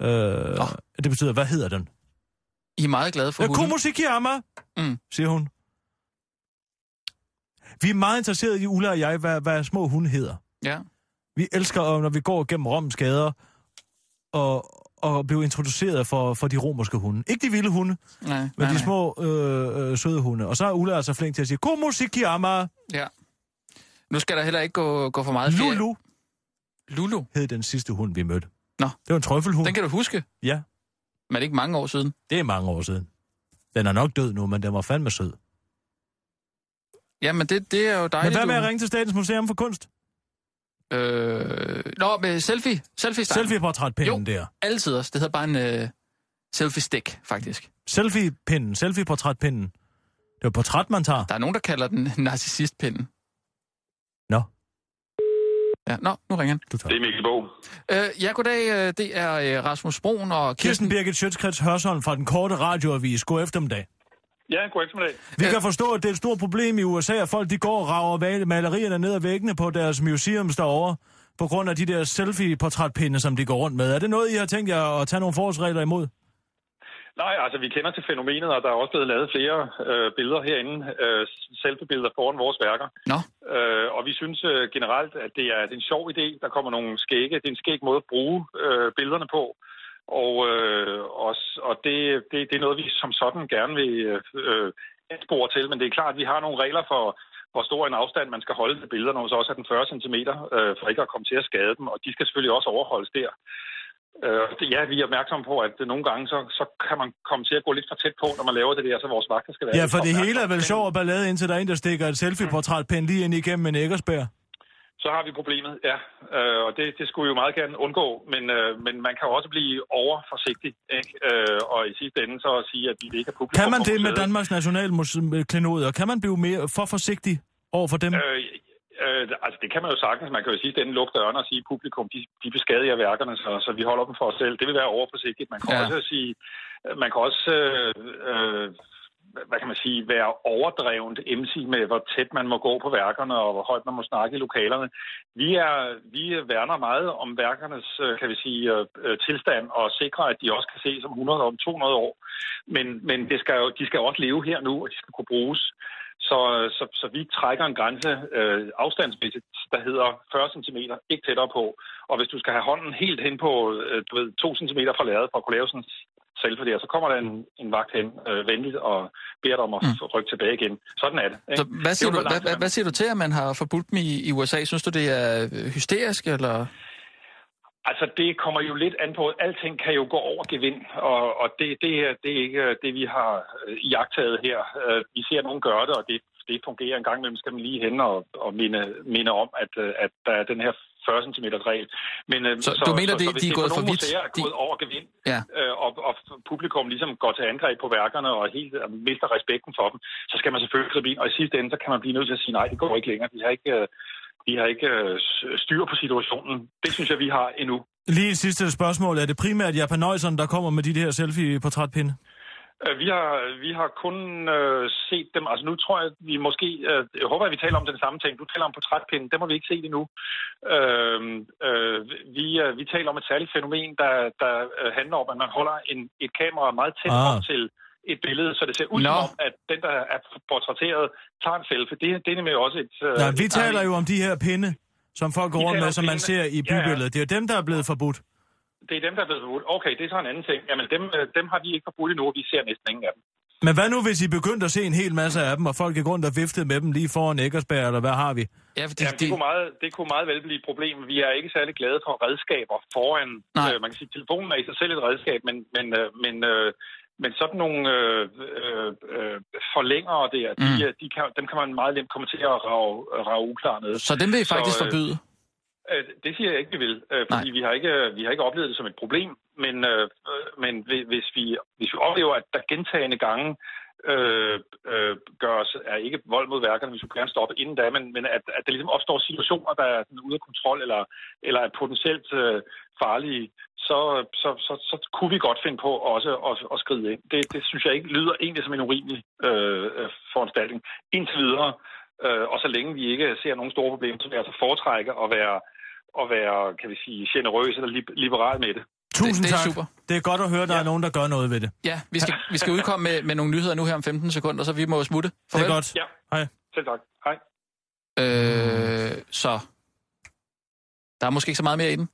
[SPEAKER 5] Øh, Det betyder, hvad hedder den?
[SPEAKER 4] I er meget glade for
[SPEAKER 5] Øh,
[SPEAKER 4] hunden.
[SPEAKER 5] Como si chiama,
[SPEAKER 4] Mm.
[SPEAKER 5] siger hun. Vi er meget interesserede i, Ulla og jeg, hvad, hvad små hunde hedder.
[SPEAKER 4] Ja.
[SPEAKER 5] Vi elsker, øh, når vi går gennem Roms gader og, og bliver introduceret for, for de romerske hunde. Ikke de vilde hunde,
[SPEAKER 4] Nej,
[SPEAKER 5] men
[SPEAKER 4] nej,
[SPEAKER 5] de
[SPEAKER 4] nej.
[SPEAKER 5] små øh, øh, søde hunde. Og så er Ulla altså flink til at sige, god musik, Yama.
[SPEAKER 4] Ja. Nu skal der heller ikke gå, gå for meget ferie.
[SPEAKER 5] Lulu
[SPEAKER 4] Lulu.
[SPEAKER 5] hed den sidste hund, vi mødte.
[SPEAKER 4] Nå.
[SPEAKER 5] Det var en trøffelhund.
[SPEAKER 4] Den kan du huske,
[SPEAKER 5] Ja,
[SPEAKER 4] men det er ikke mange år siden.
[SPEAKER 5] det er mange år siden. Den er nok død nu, men den var fandme sød.
[SPEAKER 4] Jamen, det, det er jo
[SPEAKER 5] Men
[SPEAKER 4] dejligt.
[SPEAKER 5] hvad med
[SPEAKER 4] du-
[SPEAKER 5] at ringe til Statens Museum for Kunst?
[SPEAKER 4] Øh... Nå, med selfie. selfie
[SPEAKER 5] Selfie-portrætpinden
[SPEAKER 4] Jo.
[SPEAKER 5] der.
[SPEAKER 4] Altid også. Det hedder bare en øh, selfie-stick, faktisk.
[SPEAKER 5] Selfie-pinden, selfie-portrætpinden. Det er jo portræt, man tager.
[SPEAKER 4] Der er nogen, der kalder den narcissistpinden.
[SPEAKER 5] Nå,
[SPEAKER 4] Ja, nå, nu ringer han.
[SPEAKER 5] du tager.
[SPEAKER 12] er Mikkel Bo.
[SPEAKER 4] Øh, ja, goddag. øh, Det er øh, Rasmus Broen og Kirsten.
[SPEAKER 5] Kirsten Birgit Sjøtskrets Hørsholm fra den korte radioavis. God eftermiddag.
[SPEAKER 12] Ja, god eftermiddag.
[SPEAKER 5] Vi kan forstå, at det er et stort problem i USA, at folk de går og rager mal- malerierne ned ad væggene på deres museums derovre på grund af de der selfie-portrætpinde, som de går rundt med. Er det noget, I har tænkt jer at tage nogle forholdsregler imod?
[SPEAKER 12] Nej, altså vi kender til fænomenet, og der er også blevet lavet flere øh, billeder herinde, øh, selfie-billeder foran vores værker.
[SPEAKER 4] Nå.
[SPEAKER 12] Øh, og vi synes øh, generelt, at det er, det er en sjov idé. Der kommer nogle skægge. Det er en skæg måde at bruge øh, billederne på. Og, øh, og, s- og det, det, det er noget, vi som sådan gerne vil øh, anspore til. Men det er klart, at vi har nogle regler for, hvor stor en afstand man skal holde til billederne, og så også er den 40 cm, øh, for ikke at komme til at skade dem. Og de skal selvfølgelig også overholdes der. Øh, det- ja, vi er opmærksomme på, at nogle gange, så, så kan man komme til at gå lidt for tæt på, når man laver det der, så vores vagter skal være...
[SPEAKER 5] Ja,
[SPEAKER 12] lidt
[SPEAKER 5] for det
[SPEAKER 12] opmærksomme.
[SPEAKER 5] hele er vel sjov og ballade, indtil der er en, der stikker et selfie-portrætpind lige ind igennem en æggersbær.
[SPEAKER 12] Så har vi problemet, ja. Øh, og det, det skulle vi jo meget gerne undgå, men, øh, men man kan jo også blive overforsigtig, ikke? Øh, og i sidste ende så at sige, at vi ikke er publikum.
[SPEAKER 5] Kan man
[SPEAKER 12] på
[SPEAKER 5] det med
[SPEAKER 12] museet.
[SPEAKER 5] Danmarks Nationalklenod, og kan man blive mere for forsigtig over for dem?
[SPEAKER 12] Øh, øh, altså, det kan man jo sagtens. Man kan jo i sidste ende lukke dørene og sige, at publikum, de, de beskadiger værkerne, så, så vi holder dem for os selv. Det vil være overforsigtigt. Man kan
[SPEAKER 4] Ja.
[SPEAKER 12] ja. også sige, man kan også, øh, øh, hvad kan man sige, være overdrevent MC med, hvor tæt man må gå på værkerne og hvor højt man må snakke i lokalerne. Vi, er, vi værner meget om værkernes, øh, kan vi sige, øh, øh, tilstand og sikrer, at de også kan ses om 100 og om 200 år. Men, men det skal jo, de skal jo også leve her nu, og de skal kunne bruges. Så, så, så vi trækker en grænse øh, afstandsmæssigt, der hedder 40 cm, ikke tættere på. Og hvis du skal have hånden helt hen på øh, du ved, 2 cm fra lærredet for at kunne lave sådan en selfie der, så kommer der en, en vagt hen øh, venligt og beder dig om at mm. rykke tilbage igen. Sådan er det. Ikke?
[SPEAKER 4] Så
[SPEAKER 12] Det er
[SPEAKER 4] hvad siger,
[SPEAKER 12] jo
[SPEAKER 4] du, hvad,
[SPEAKER 12] balancen,
[SPEAKER 4] hvad, hvad siger du til, at man har forbudt dem i, i USA? Synes du, det er øh, hysterisk, eller...
[SPEAKER 12] Altså, det kommer jo lidt an på, at alting kan jo gå over gevind, og, og det, det, er, det er ikke øh, det, vi har øh, iagtaget her. Øh, Vi ser, at nogen gør det, og det, det fungerer en gang imellem, skal man lige hen og, og minde, minde om, at, øh, at der er den her 40 cm regel. Men, øh,
[SPEAKER 4] Så du mener, det-
[SPEAKER 12] hvis
[SPEAKER 4] de er
[SPEAKER 12] på
[SPEAKER 4] gået for
[SPEAKER 12] nogle
[SPEAKER 4] vidt?
[SPEAKER 12] Museer er
[SPEAKER 4] De-
[SPEAKER 12] gået over gevind,
[SPEAKER 4] Ja.
[SPEAKER 12] øh, og, og publikum ligesom går til angreb på værkerne og helt øh, mister respekten for dem, så skal man selvfølgelig gribe ind, og i sidste ende, så kan man blive nødt til at sige, nej, det går ikke længere, vi har ikke... øh, Vi har ikke øh, styr på situationen. Det synes jeg, vi har endnu.
[SPEAKER 5] Lige et sidste spørgsmål. Er det primært japanøjserne, der kommer med de der selfie-portrætpinde?
[SPEAKER 12] Øh, Vi har, vi har kun øh, set dem. Altså nu tror jeg, at vi måske... Øh, jeg håber, at vi taler om den samme ting. Du taler om portrætpinden. Dem har vi ikke set endnu. Øh, øh, vi, øh, vi taler om et særligt fænomen, der, der øh, handler om, at man holder en, et kamera meget tæt
[SPEAKER 5] Ah.
[SPEAKER 12] ah. op til et billede, så det ser ud
[SPEAKER 4] Nå.
[SPEAKER 12] som om, at den, der er portrætteret, tager en selfie. Det, det er nemlig også et... Øh,
[SPEAKER 5] Nej, vi
[SPEAKER 12] et-
[SPEAKER 5] taler jo om de her pinde, som folk går
[SPEAKER 12] Vi
[SPEAKER 5] rundt
[SPEAKER 12] taler
[SPEAKER 5] med,
[SPEAKER 12] om
[SPEAKER 5] som man
[SPEAKER 12] pinde.
[SPEAKER 5] ser i
[SPEAKER 12] Ja, ja.
[SPEAKER 5] bybilledet. Det er jo dem, der er blevet forbudt.
[SPEAKER 12] Det er dem, der er blevet forbudt. Okay, det er så en anden ting. Jamen, dem, øh, dem har vi ikke forbudt endnu, og vi ser næsten ingen af dem.
[SPEAKER 5] Men hvad nu, hvis I begyndte at se en hel masse af dem, og folk gik rundt og viftede med dem lige foran Eggersberg, eller hvad har vi?
[SPEAKER 4] Ja, fordi
[SPEAKER 12] Ja, det, kunne meget, det kunne meget vel blive et problem. Vi er ikke særlig glade for redskaber foran.
[SPEAKER 4] Nej.
[SPEAKER 12] Øh, man kan sige, at telefonen er i sig selv et redskab, men, men, øh, men, øh, men sådan nogle øh, øh, øh, forlængere der, mm. de,
[SPEAKER 4] Mm.
[SPEAKER 12] øh, de kan, dem kan man meget nemt komme til at rage, rage uklar ned.
[SPEAKER 4] Så dem vil I faktisk
[SPEAKER 12] Så, øh,
[SPEAKER 4] forbyde?
[SPEAKER 12] Øh, Det siger jeg ikke, vi vil, øh, fordi vi har, ikke, vi har ikke oplevet det som et problem, men, øh, øh, men hvi- hvis, vi, hvis vi oplever, at der gentagende gange øh, øh, gør os, er ikke vold mod værkerne, vi skulle gerne stoppe inden da, men, men at, at der ligesom opstår situationer, der er sådan ude af kontrol eller, eller er potentielt øh, farlige, så, så, så, så kunne vi godt finde på også at, at skride ind. Det, det synes jeg ikke lyder egentlig som en urimelig øh, øh, foranstaltning. Indtil videre, øh, og så længe vi ikke ser nogen store problemer, så vil jeg altså foretrække at være at være, kan vi sige, generøs eller lib- liberal med det.
[SPEAKER 5] Tusind
[SPEAKER 4] det er
[SPEAKER 5] tak.
[SPEAKER 4] super.
[SPEAKER 5] Det er godt at høre, at der er nogen, der gør noget ved det.
[SPEAKER 4] Ja, vi skal, vi skal udkomme med, med nogle nyheder nu her om 15 sekunder, så vi må smutte.
[SPEAKER 5] Det
[SPEAKER 4] Farvel.
[SPEAKER 5] er godt.
[SPEAKER 12] Ja,
[SPEAKER 5] Hej.
[SPEAKER 12] selv tak. Hej.
[SPEAKER 4] Øh, Så der er måske ikke så meget mere i den.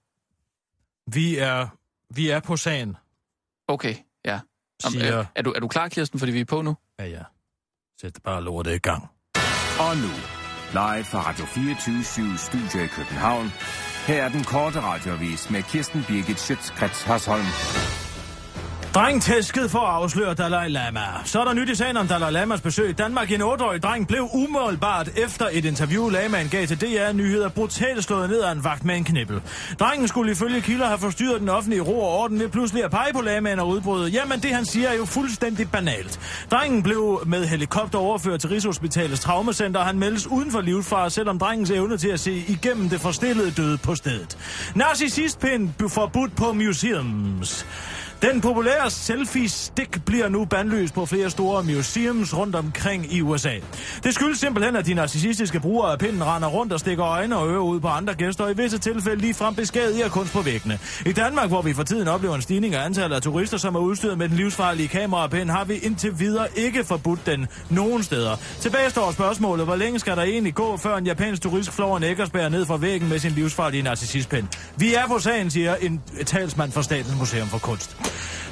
[SPEAKER 5] Vi er, vi er på sagen.
[SPEAKER 4] Okay, ja. Om,
[SPEAKER 5] Siger-
[SPEAKER 4] øh, er, du, er du klar, Kirsten, fordi vi er på nu?
[SPEAKER 5] Ja, ja. Sæt bare lortet i gang.
[SPEAKER 6] Og nu, live fra Radio 24 Studio i København. Her er den korte radiovis med Kirsten Birgit Schøtzgrads Hasholm.
[SPEAKER 5] Dreng tæsket for at afsløre Dalai Lama. Så er der nyt i sagen om Dalai Lamas besøg i Danmark. En 8-årig dreng blev umålbart efter et interview, Lamaen gav til DR Nyheder, brutalt slået ned af en vagt med en knippel. Drengen skulle ifølge kilder have forstyrret den offentlige ro og orden ved pludselig at pege på Lamaen og udbryde. Jamen, det han siger er jo fuldstændig banalt. Drengen blev med helikopter overført til Rigshospitalets traumacenter, og han meldes uden for livsfare, selvom drengens evne til at se igennem det forstillede døde på stedet. Narcissistpind blev forbudt på museums. Den populære selfie-stik bliver nu bandlyst på flere store museums rundt omkring i USA. Det skyldes simpelthen, at de narcissistiske brugere af pinden render rundt og stikker øjne og ører ud på andre gæster, og i visse tilfælde ligefrem beskadiger kunst på væggene. I Danmark, hvor vi for tiden oplever en stigning af antallet af turister, som er udstyret med den livsfarlige kamerapind, har vi indtil videre ikke forbudt den nogen steder. Tilbage står spørgsmålet, hvor længe skal der egentlig gå, før en japansk turist flår en æggersbær ned fra væggen med sin livsfarlige narcissistpind? Vi er på sagen, siger en talsmand for Statens Museum for Kunst.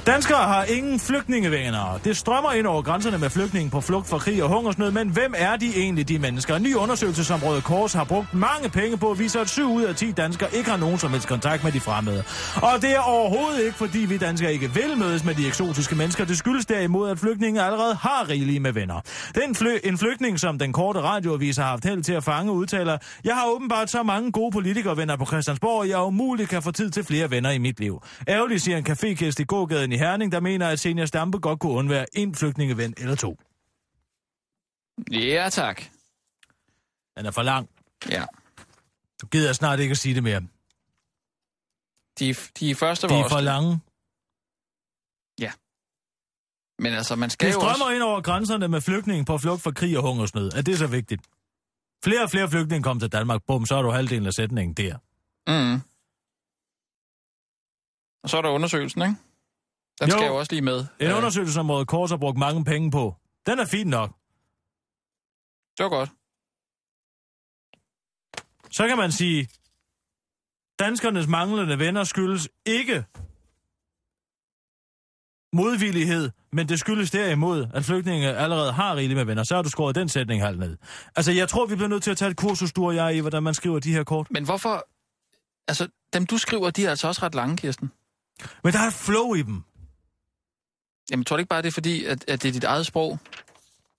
[SPEAKER 5] Danskere har ingen flygtningevaner. Det strømmer ind over grænserne med flygtninge på flugt fra krig og hungersnød, men hvem er de egentlig, de mennesker? En ny undersøgelse, som Røde Kors har brugt mange penge på, viser, at 7 ud af 10 danskere ikke har nogen som helst kontakt med de fremmede. Og det er overhovedet ikke, fordi vi danskere ikke vil mødes med de eksotiske mennesker. Det skyldes derimod, at flygtninge allerede har rigelige med venner. Den fly- en flygtning, som den korte radioavis har haft held til at fange, udtaler, jeg har åbenbart så mange gode politikervenner på Christiansborg, at jeg umuligt kan få tid til flere venner i mit liv. Ærgerligt, siger en cafégæst i gågaden i Herning, der mener, at senior Stampe godt kunne undvære en flygtningeven eller to.
[SPEAKER 4] Ja, tak.
[SPEAKER 5] Den er for lang.
[SPEAKER 4] Ja.
[SPEAKER 5] Du gider snart ikke at sige det mere.
[SPEAKER 4] De, de første var
[SPEAKER 5] De er
[SPEAKER 4] også-
[SPEAKER 5] for lange.
[SPEAKER 4] Men altså, man skal
[SPEAKER 5] Det
[SPEAKER 4] jo
[SPEAKER 5] strømmer
[SPEAKER 4] også...
[SPEAKER 5] ind over grænserne med flygtninge på flugt fra krig og hungersnød. Er det så vigtigt? Flere og flere flygtninge kom til Danmark. Bum, så er du halvdelen af sætningen der.
[SPEAKER 4] Mm. Og så er der undersøgelsen, ikke? Den
[SPEAKER 5] Jo.
[SPEAKER 4] jo. skal jo også lige med.
[SPEAKER 5] En øh. undersøgelse, som Røde Kors har brugt mange penge på. Den er fin nok.
[SPEAKER 4] Det var godt.
[SPEAKER 5] Så kan man sige, danskernes manglende venner skyldes ikke modvillighed, men det skyldes derimod, at flygtninge allerede har rigeligt med venner. Så har du skåret den sætning halvt ned. Altså, jeg tror, vi bliver nødt til at tage et kursus, du og jeg, i, hvordan man skriver de her kort.
[SPEAKER 4] Men hvorfor... Altså, dem du skriver, de er altså også ret lange, Kirsten.
[SPEAKER 5] Men der er et flow i dem.
[SPEAKER 4] Jamen, tror du ikke bare, det er fordi, at, at det er dit eget sprog?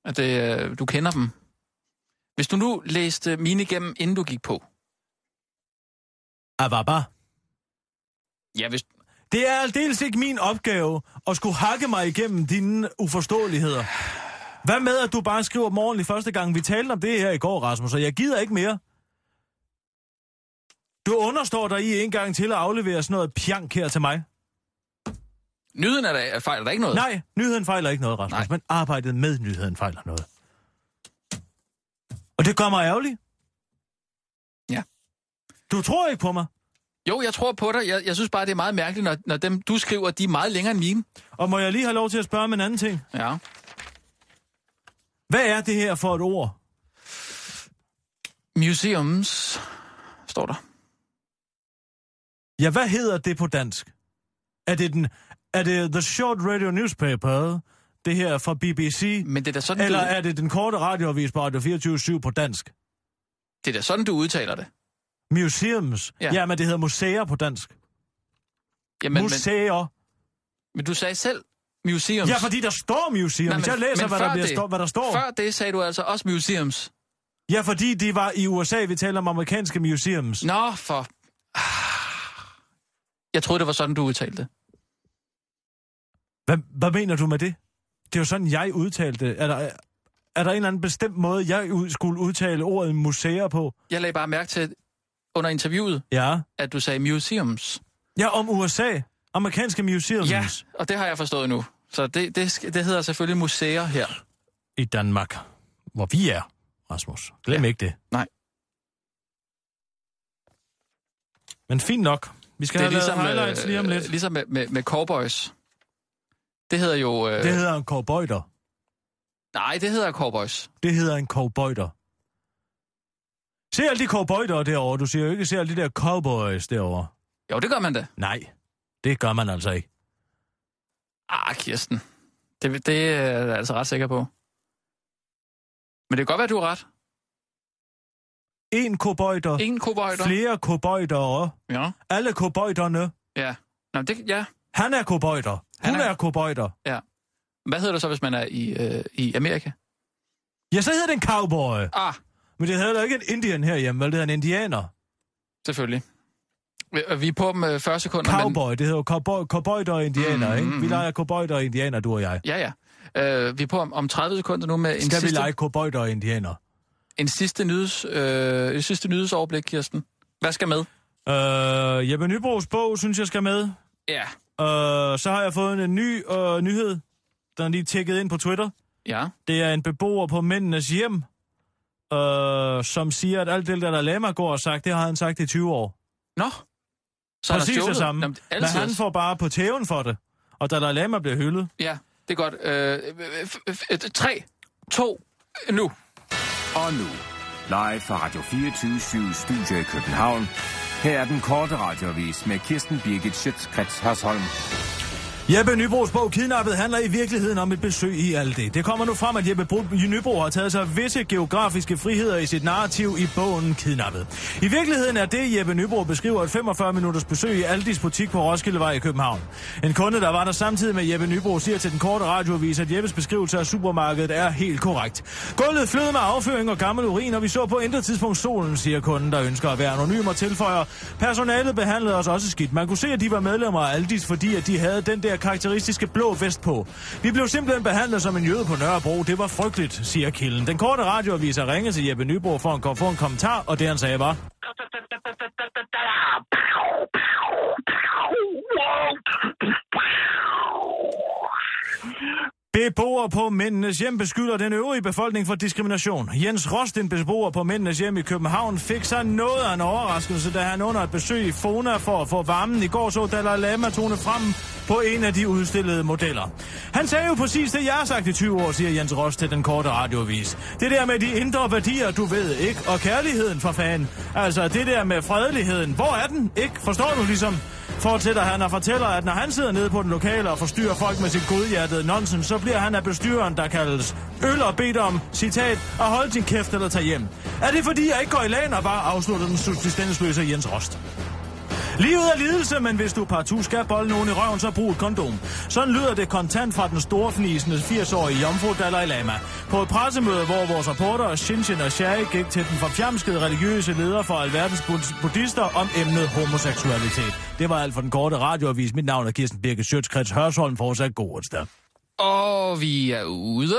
[SPEAKER 4] At det, er- du kender dem? Hvis du nu læste mine igennem, inden du gik på.
[SPEAKER 5] Ababa.
[SPEAKER 4] Ja, hvis...
[SPEAKER 5] Det er aldeles ikke min opgave at skulle hakke mig igennem dine uforståeligheder. Hvad med, at du bare skriver dem ordentligt første gang? Vi talte om det her i går, Rasmus, og jeg gider ikke mere. Du understår dig i en gang til at aflevere sådan noget pjank her til mig.
[SPEAKER 4] Nyheden er der, er- fejler der ikke noget.
[SPEAKER 5] Nej, nyheden fejler ikke noget, Rasmus, Nej. men arbejdet med nyheden fejler noget. Og det gør mig ærgerlig.
[SPEAKER 4] Ja.
[SPEAKER 5] Du tror ikke på mig.
[SPEAKER 4] Jo, jeg tror på dig. Jeg, jeg synes bare, det er meget mærkeligt, når, når dem, du skriver, de er meget længere end mine.
[SPEAKER 5] Og må jeg lige have lov til at spørge om en anden ting?
[SPEAKER 4] Ja.
[SPEAKER 5] Hvad er det her for et ord?
[SPEAKER 4] Museums, står der.
[SPEAKER 5] Ja, hvad hedder det på dansk? Er det, den, er det The Short Radio Newspaper, det her fra BBC?
[SPEAKER 4] Men det er da sådan,
[SPEAKER 5] Eller
[SPEAKER 4] du,
[SPEAKER 5] er det den korte radioavis på Radio 24 på dansk?
[SPEAKER 4] det er da sådan, du udtaler det.
[SPEAKER 5] Museums?
[SPEAKER 4] Ja.
[SPEAKER 5] Ja. Jamen, det hedder museer på dansk.
[SPEAKER 4] Jamen,
[SPEAKER 5] Men, museer.
[SPEAKER 4] Men, men du sagde selv museums.
[SPEAKER 5] Men, ja, fordi der står museums. Nej, men, Jeg læser, hvad
[SPEAKER 4] før
[SPEAKER 5] der, bliver stå, hvad der står.
[SPEAKER 4] Før det sagde du altså også museums.
[SPEAKER 5] Ja, fordi de var i USA. Vi taler om amerikanske museums.
[SPEAKER 4] Nå, for... Ah. Jeg troede, det var sådan, du udtalte det.
[SPEAKER 5] Hvad, hvad mener du med det? Det er jo sådan, jeg udtalte. det. Er der, er der en eller anden bestemt måde, jeg ud, skulle udtale ordet museer på?
[SPEAKER 4] Jeg lagde bare mærke til under interviewet,
[SPEAKER 5] Ja.
[SPEAKER 4] at du sagde museums.
[SPEAKER 5] Ja, om USA. Amerikanske museums.
[SPEAKER 4] Ja, og det har jeg forstået nu. Så det, det, sk- det hedder selvfølgelig museer her.
[SPEAKER 5] i Danmark, hvor vi er, Rasmus. Glem ja. ikke det.
[SPEAKER 4] Nej.
[SPEAKER 5] Men fint nok. Vi skal
[SPEAKER 4] det
[SPEAKER 5] have ligesom, lavet highlights lige om lidt.
[SPEAKER 4] øh, ligesom med, med, med cowboys. Det hedder jo... Øh,
[SPEAKER 5] Det hedder en cowboyter.
[SPEAKER 4] Nej, det hedder cowboys.
[SPEAKER 5] Det hedder en cowboyter. Se alle de cowboydere derovre. Du siger jo ikke, se alle de der cowboys derovre.
[SPEAKER 4] Jo, det gør man da.
[SPEAKER 5] Nej, det gør man altså ikke.
[SPEAKER 4] Ah, Kirsten. Det, det er jeg altså ret sikker på. Men det kan godt være, du har ret.
[SPEAKER 5] En cowboyder.
[SPEAKER 4] En cowboyder.
[SPEAKER 5] Flere cowboydere.
[SPEAKER 4] Ja.
[SPEAKER 5] Alle cowboyderne.
[SPEAKER 4] Ja. Nå, det, ja.
[SPEAKER 5] Han er cowboyder. Hun
[SPEAKER 4] Han
[SPEAKER 5] er,
[SPEAKER 4] er-
[SPEAKER 5] er cowboyder.
[SPEAKER 4] ja. Hvad hedder det så, hvis man er i, øh, i Amerika?
[SPEAKER 5] Ja, så hedder den cowboy.
[SPEAKER 4] Ah,
[SPEAKER 5] Men det hedder da ikke en indian herhjemme, vel? Det hedder en indianer.
[SPEAKER 4] selvfølgelig. Vi- og Vi er på dem øh, 40 sekunder.
[SPEAKER 5] Cowboy, det hedder jo cowboy, cowboyder og indianer, mm, ikke? Vi leger cowboyder og indianer, du og jeg.
[SPEAKER 4] Men, ja, ja. Øh, vi er på om, om 30 sekunder nu med en
[SPEAKER 5] Skal vi
[SPEAKER 4] sidste,
[SPEAKER 5] lege cowboyder og indianer?
[SPEAKER 4] en sidste, nyheds, øh, en sidste nyhedsoverblik, Kirsten. Hvad skal med?
[SPEAKER 5] Øh, Jeppe Nybrogs bog, synes jeg skal med.
[SPEAKER 4] Ja.
[SPEAKER 5] Øh, så har jeg fået en ny øh, nyhed, der er lige tækket ind på Twitter.
[SPEAKER 4] Ja.
[SPEAKER 5] Det er en beboer på mændenes hjem, øh, som siger, at alt det, der Lama går og sagt, det har han sagt i 20 år.
[SPEAKER 4] Nå. Så han har
[SPEAKER 5] Præcis det
[SPEAKER 4] stjålet.
[SPEAKER 5] samme.
[SPEAKER 4] Jamen,
[SPEAKER 5] Men
[SPEAKER 4] altid.
[SPEAKER 5] han får bare på tæven for det. Og Dalai Lama bliver hyldet.
[SPEAKER 4] Ja, det er godt. Øh, øh, f- f- øh, tre, to, øh, nu.
[SPEAKER 6] Og nu, live fra Radio 24 Studio i København. Her er den korte radiovis med Kirsten Birgit Schøtzgrads Hasholm.
[SPEAKER 5] Jeppe Nybrogs bog Kidnappet handler i virkeligheden om et besøg i alt det. Det kommer nu frem, at Jeppe Bro- Nybro har taget sig visse geografiske friheder i sit narrativ i bogen Kidnappet. I virkeligheden er det, Jeppe Nybro beskriver et 45-minutters besøg i Aldis butik på Roskildevej i København. En kunde, der var der samtidig med Jeppe Nybro, siger til den korte radioavis, at Jeppes beskrivelse af supermarkedet er helt korrekt. Gulvet flød med afføring og gammel urin, og vi så på intet tidspunkt solen, siger kunden, der ønsker at være anonym og tilføjer. Personalet behandlede os også skidt. Man kunne se, at de var medlemmer af Aldis, fordi at de havde den der karakteristiske blå vest på. Vi blev simpelthen behandlet som en jøde på Nørrebro. Det var frygteligt, siger kilden. Den korte radioavis har ringet til Jeppe Nyborg for at få en kommentar, og det han sagde var... Beboere på Mændenes Hjem beskylder den øvrige befolkning for diskrimination. Jens Rost, en beboer på Mændenes Hjem i København, fik sig noget af en overraskelse, da han under et besøg i Fona for at få varmen i går så Dalai Lama tone frem på en af de udstillede modeller. Han sagde jo præcis det, jeg har sagt i 20 år, siger Jens Rost til den korte radiovis. Det der med de indre værdier, du ved ikke, og kærligheden for fanden. Altså det der med fredeligheden, hvor er den? Ikke? Forstår du ligesom? Fortsætter han og fortæller, at når han sidder nede på den lokale og forstyrrer folk med sit godhjertede nonsens, så bliver han af bestyreren, der kaldes øl og bedt om, citat, at holde din kæft eller tage hjem. Er det fordi, jeg ikke går i lagen og bare afslutter den subsistensløse Jens Rost? Livet er lidelse, men hvis du partout skal bolde nogen i røven, så brug et kondom. Sådan lyder det kontant fra den store fnisende 80-årige jomfru Dalai Lama. På et pressemøde, hvor vores reporter Shinshin Ashari gik til den forfjamskede religiøse leder for alverdens bud- buddhister om emnet homoseksualitet. Det var alt for den korte radioavis. Mit navn er Kirsten Birke Sjøtskrets Hørsholm. Fortsat god onsdag.
[SPEAKER 4] Og vi er ude.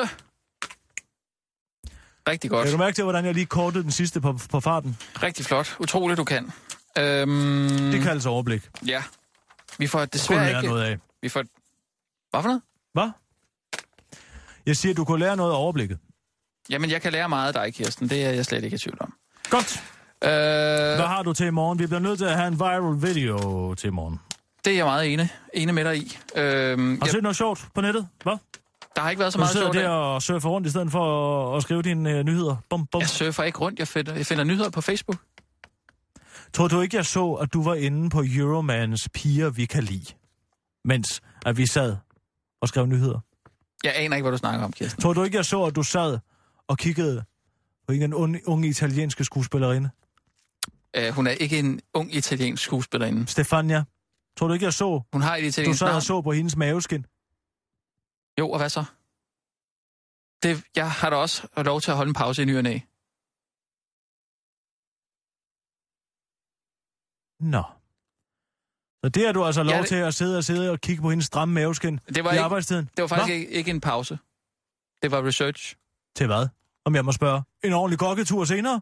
[SPEAKER 4] Rigtig godt.
[SPEAKER 5] Kan du mærke til, hvordan jeg lige kortede den sidste på, på farten?
[SPEAKER 4] Rigtig flot. Utroligt, du kan. Øhm,
[SPEAKER 5] Det kaldes overblik.
[SPEAKER 4] Ja. Vi får
[SPEAKER 5] Kunne
[SPEAKER 4] desværre
[SPEAKER 5] lære
[SPEAKER 4] ikke...
[SPEAKER 5] noget af.
[SPEAKER 4] Vi får... Hvad for noget?
[SPEAKER 5] Hvad? Jeg siger, du kunne lære noget af overblikket.
[SPEAKER 4] Jamen, jeg kan lære meget af dig, Kirsten. Det er jeg slet ikke i tvivl om.
[SPEAKER 5] Godt.
[SPEAKER 4] Øh,
[SPEAKER 5] Hvad har du til i morgen? Vi bliver nødt til at have en viral video til i morgen.
[SPEAKER 4] det er jeg meget ene, ene med dig i. Øh,
[SPEAKER 5] Har du
[SPEAKER 4] jeg,
[SPEAKER 5] set noget sjovt på nettet? Hvad?
[SPEAKER 4] der har ikke været så
[SPEAKER 5] Du
[SPEAKER 4] meget
[SPEAKER 5] sidder
[SPEAKER 4] sjovt.
[SPEAKER 5] der
[SPEAKER 4] af.
[SPEAKER 5] og surfer rundt i stedet for at, at skrive dine øh, nyheder. Bum, bum.
[SPEAKER 4] Jeg surfer ikke rundt. Jeg finder, jeg finder nyheder på Facebook.
[SPEAKER 5] Tror du ikke, jeg så, at du var inde på Euromans piger, vi kan lide? Mens at vi sad og skrev nyheder.
[SPEAKER 4] Jeg aner ikke, hvad du snakker om, Kirsten.
[SPEAKER 5] Tror du ikke, jeg så, at du sad og kiggede på en unge, unge italienske skuespillerinde?
[SPEAKER 4] Øh, hun er ikke en ung italiensk skuespillerinde.
[SPEAKER 5] Stefania. Tror du ikke, jeg så,
[SPEAKER 4] Hun har et
[SPEAKER 5] du
[SPEAKER 4] italiensk
[SPEAKER 5] sad
[SPEAKER 4] navn.
[SPEAKER 5] og så på hendes maveskin?
[SPEAKER 4] Jo, og hvad så? Det, jeg har da også lov til at holde en pause i ny og næ.
[SPEAKER 5] Nå. Så det har du altså lov
[SPEAKER 4] Ja, det-
[SPEAKER 5] til at sidde og sidde og kigge på hendes stramme maveskin
[SPEAKER 4] Det var
[SPEAKER 5] i
[SPEAKER 4] ikke-
[SPEAKER 5] arbejdstiden?
[SPEAKER 4] Det var faktisk
[SPEAKER 5] Nå?
[SPEAKER 4] ikke, ikke en pause. Det var research.
[SPEAKER 5] Til hvad? Om jeg må spørge. En ordentlig gokketur senere?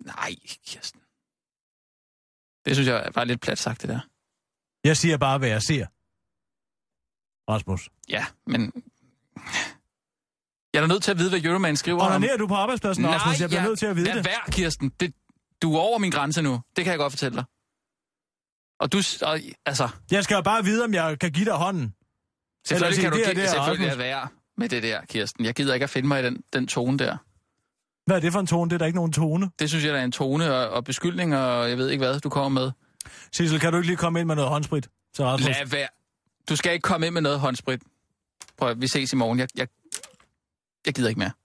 [SPEAKER 4] Nej, Kirsten. Det synes jeg var lidt plat sagt, det der.
[SPEAKER 5] Jeg siger bare, hvad jeg ser. Rasmus.
[SPEAKER 4] Ja, men... Jeg er da nødt til at vide, hvad Euroman skriver om.
[SPEAKER 5] Onanerer du på arbejdspladsen, Nej, Rasmus? Jeg bliver nødt til at vide
[SPEAKER 4] lad
[SPEAKER 5] det.
[SPEAKER 4] Vær, Kirsten. Det, du er over min grænse nu. Det kan jeg godt fortælle dig. Og du... s- Og, altså,
[SPEAKER 5] Jeg skal jo bare vide, om jeg kan give dig hånden.
[SPEAKER 4] selvfølgelig
[SPEAKER 5] sige,
[SPEAKER 4] kan du
[SPEAKER 5] det er
[SPEAKER 4] det,
[SPEAKER 5] det,
[SPEAKER 4] selvfølgelig
[SPEAKER 5] Rasmus.
[SPEAKER 4] er være med det der, Kirsten. Jeg gider ikke at finde mig i den, den tone der.
[SPEAKER 5] Hvad er det for en tone? Det er da ikke nogen tone.
[SPEAKER 4] Det synes jeg, der er en tone og, og beskyldninger, og jeg ved ikke hvad, du kommer med.
[SPEAKER 5] Sissel, kan du ikke lige komme ind med noget håndsprit til Rasmus?
[SPEAKER 4] Lad være. Du skal ikke komme ind med noget håndsprit. Prøv at, vi ses i morgen. Jeg, jeg, jeg gider ikke mere.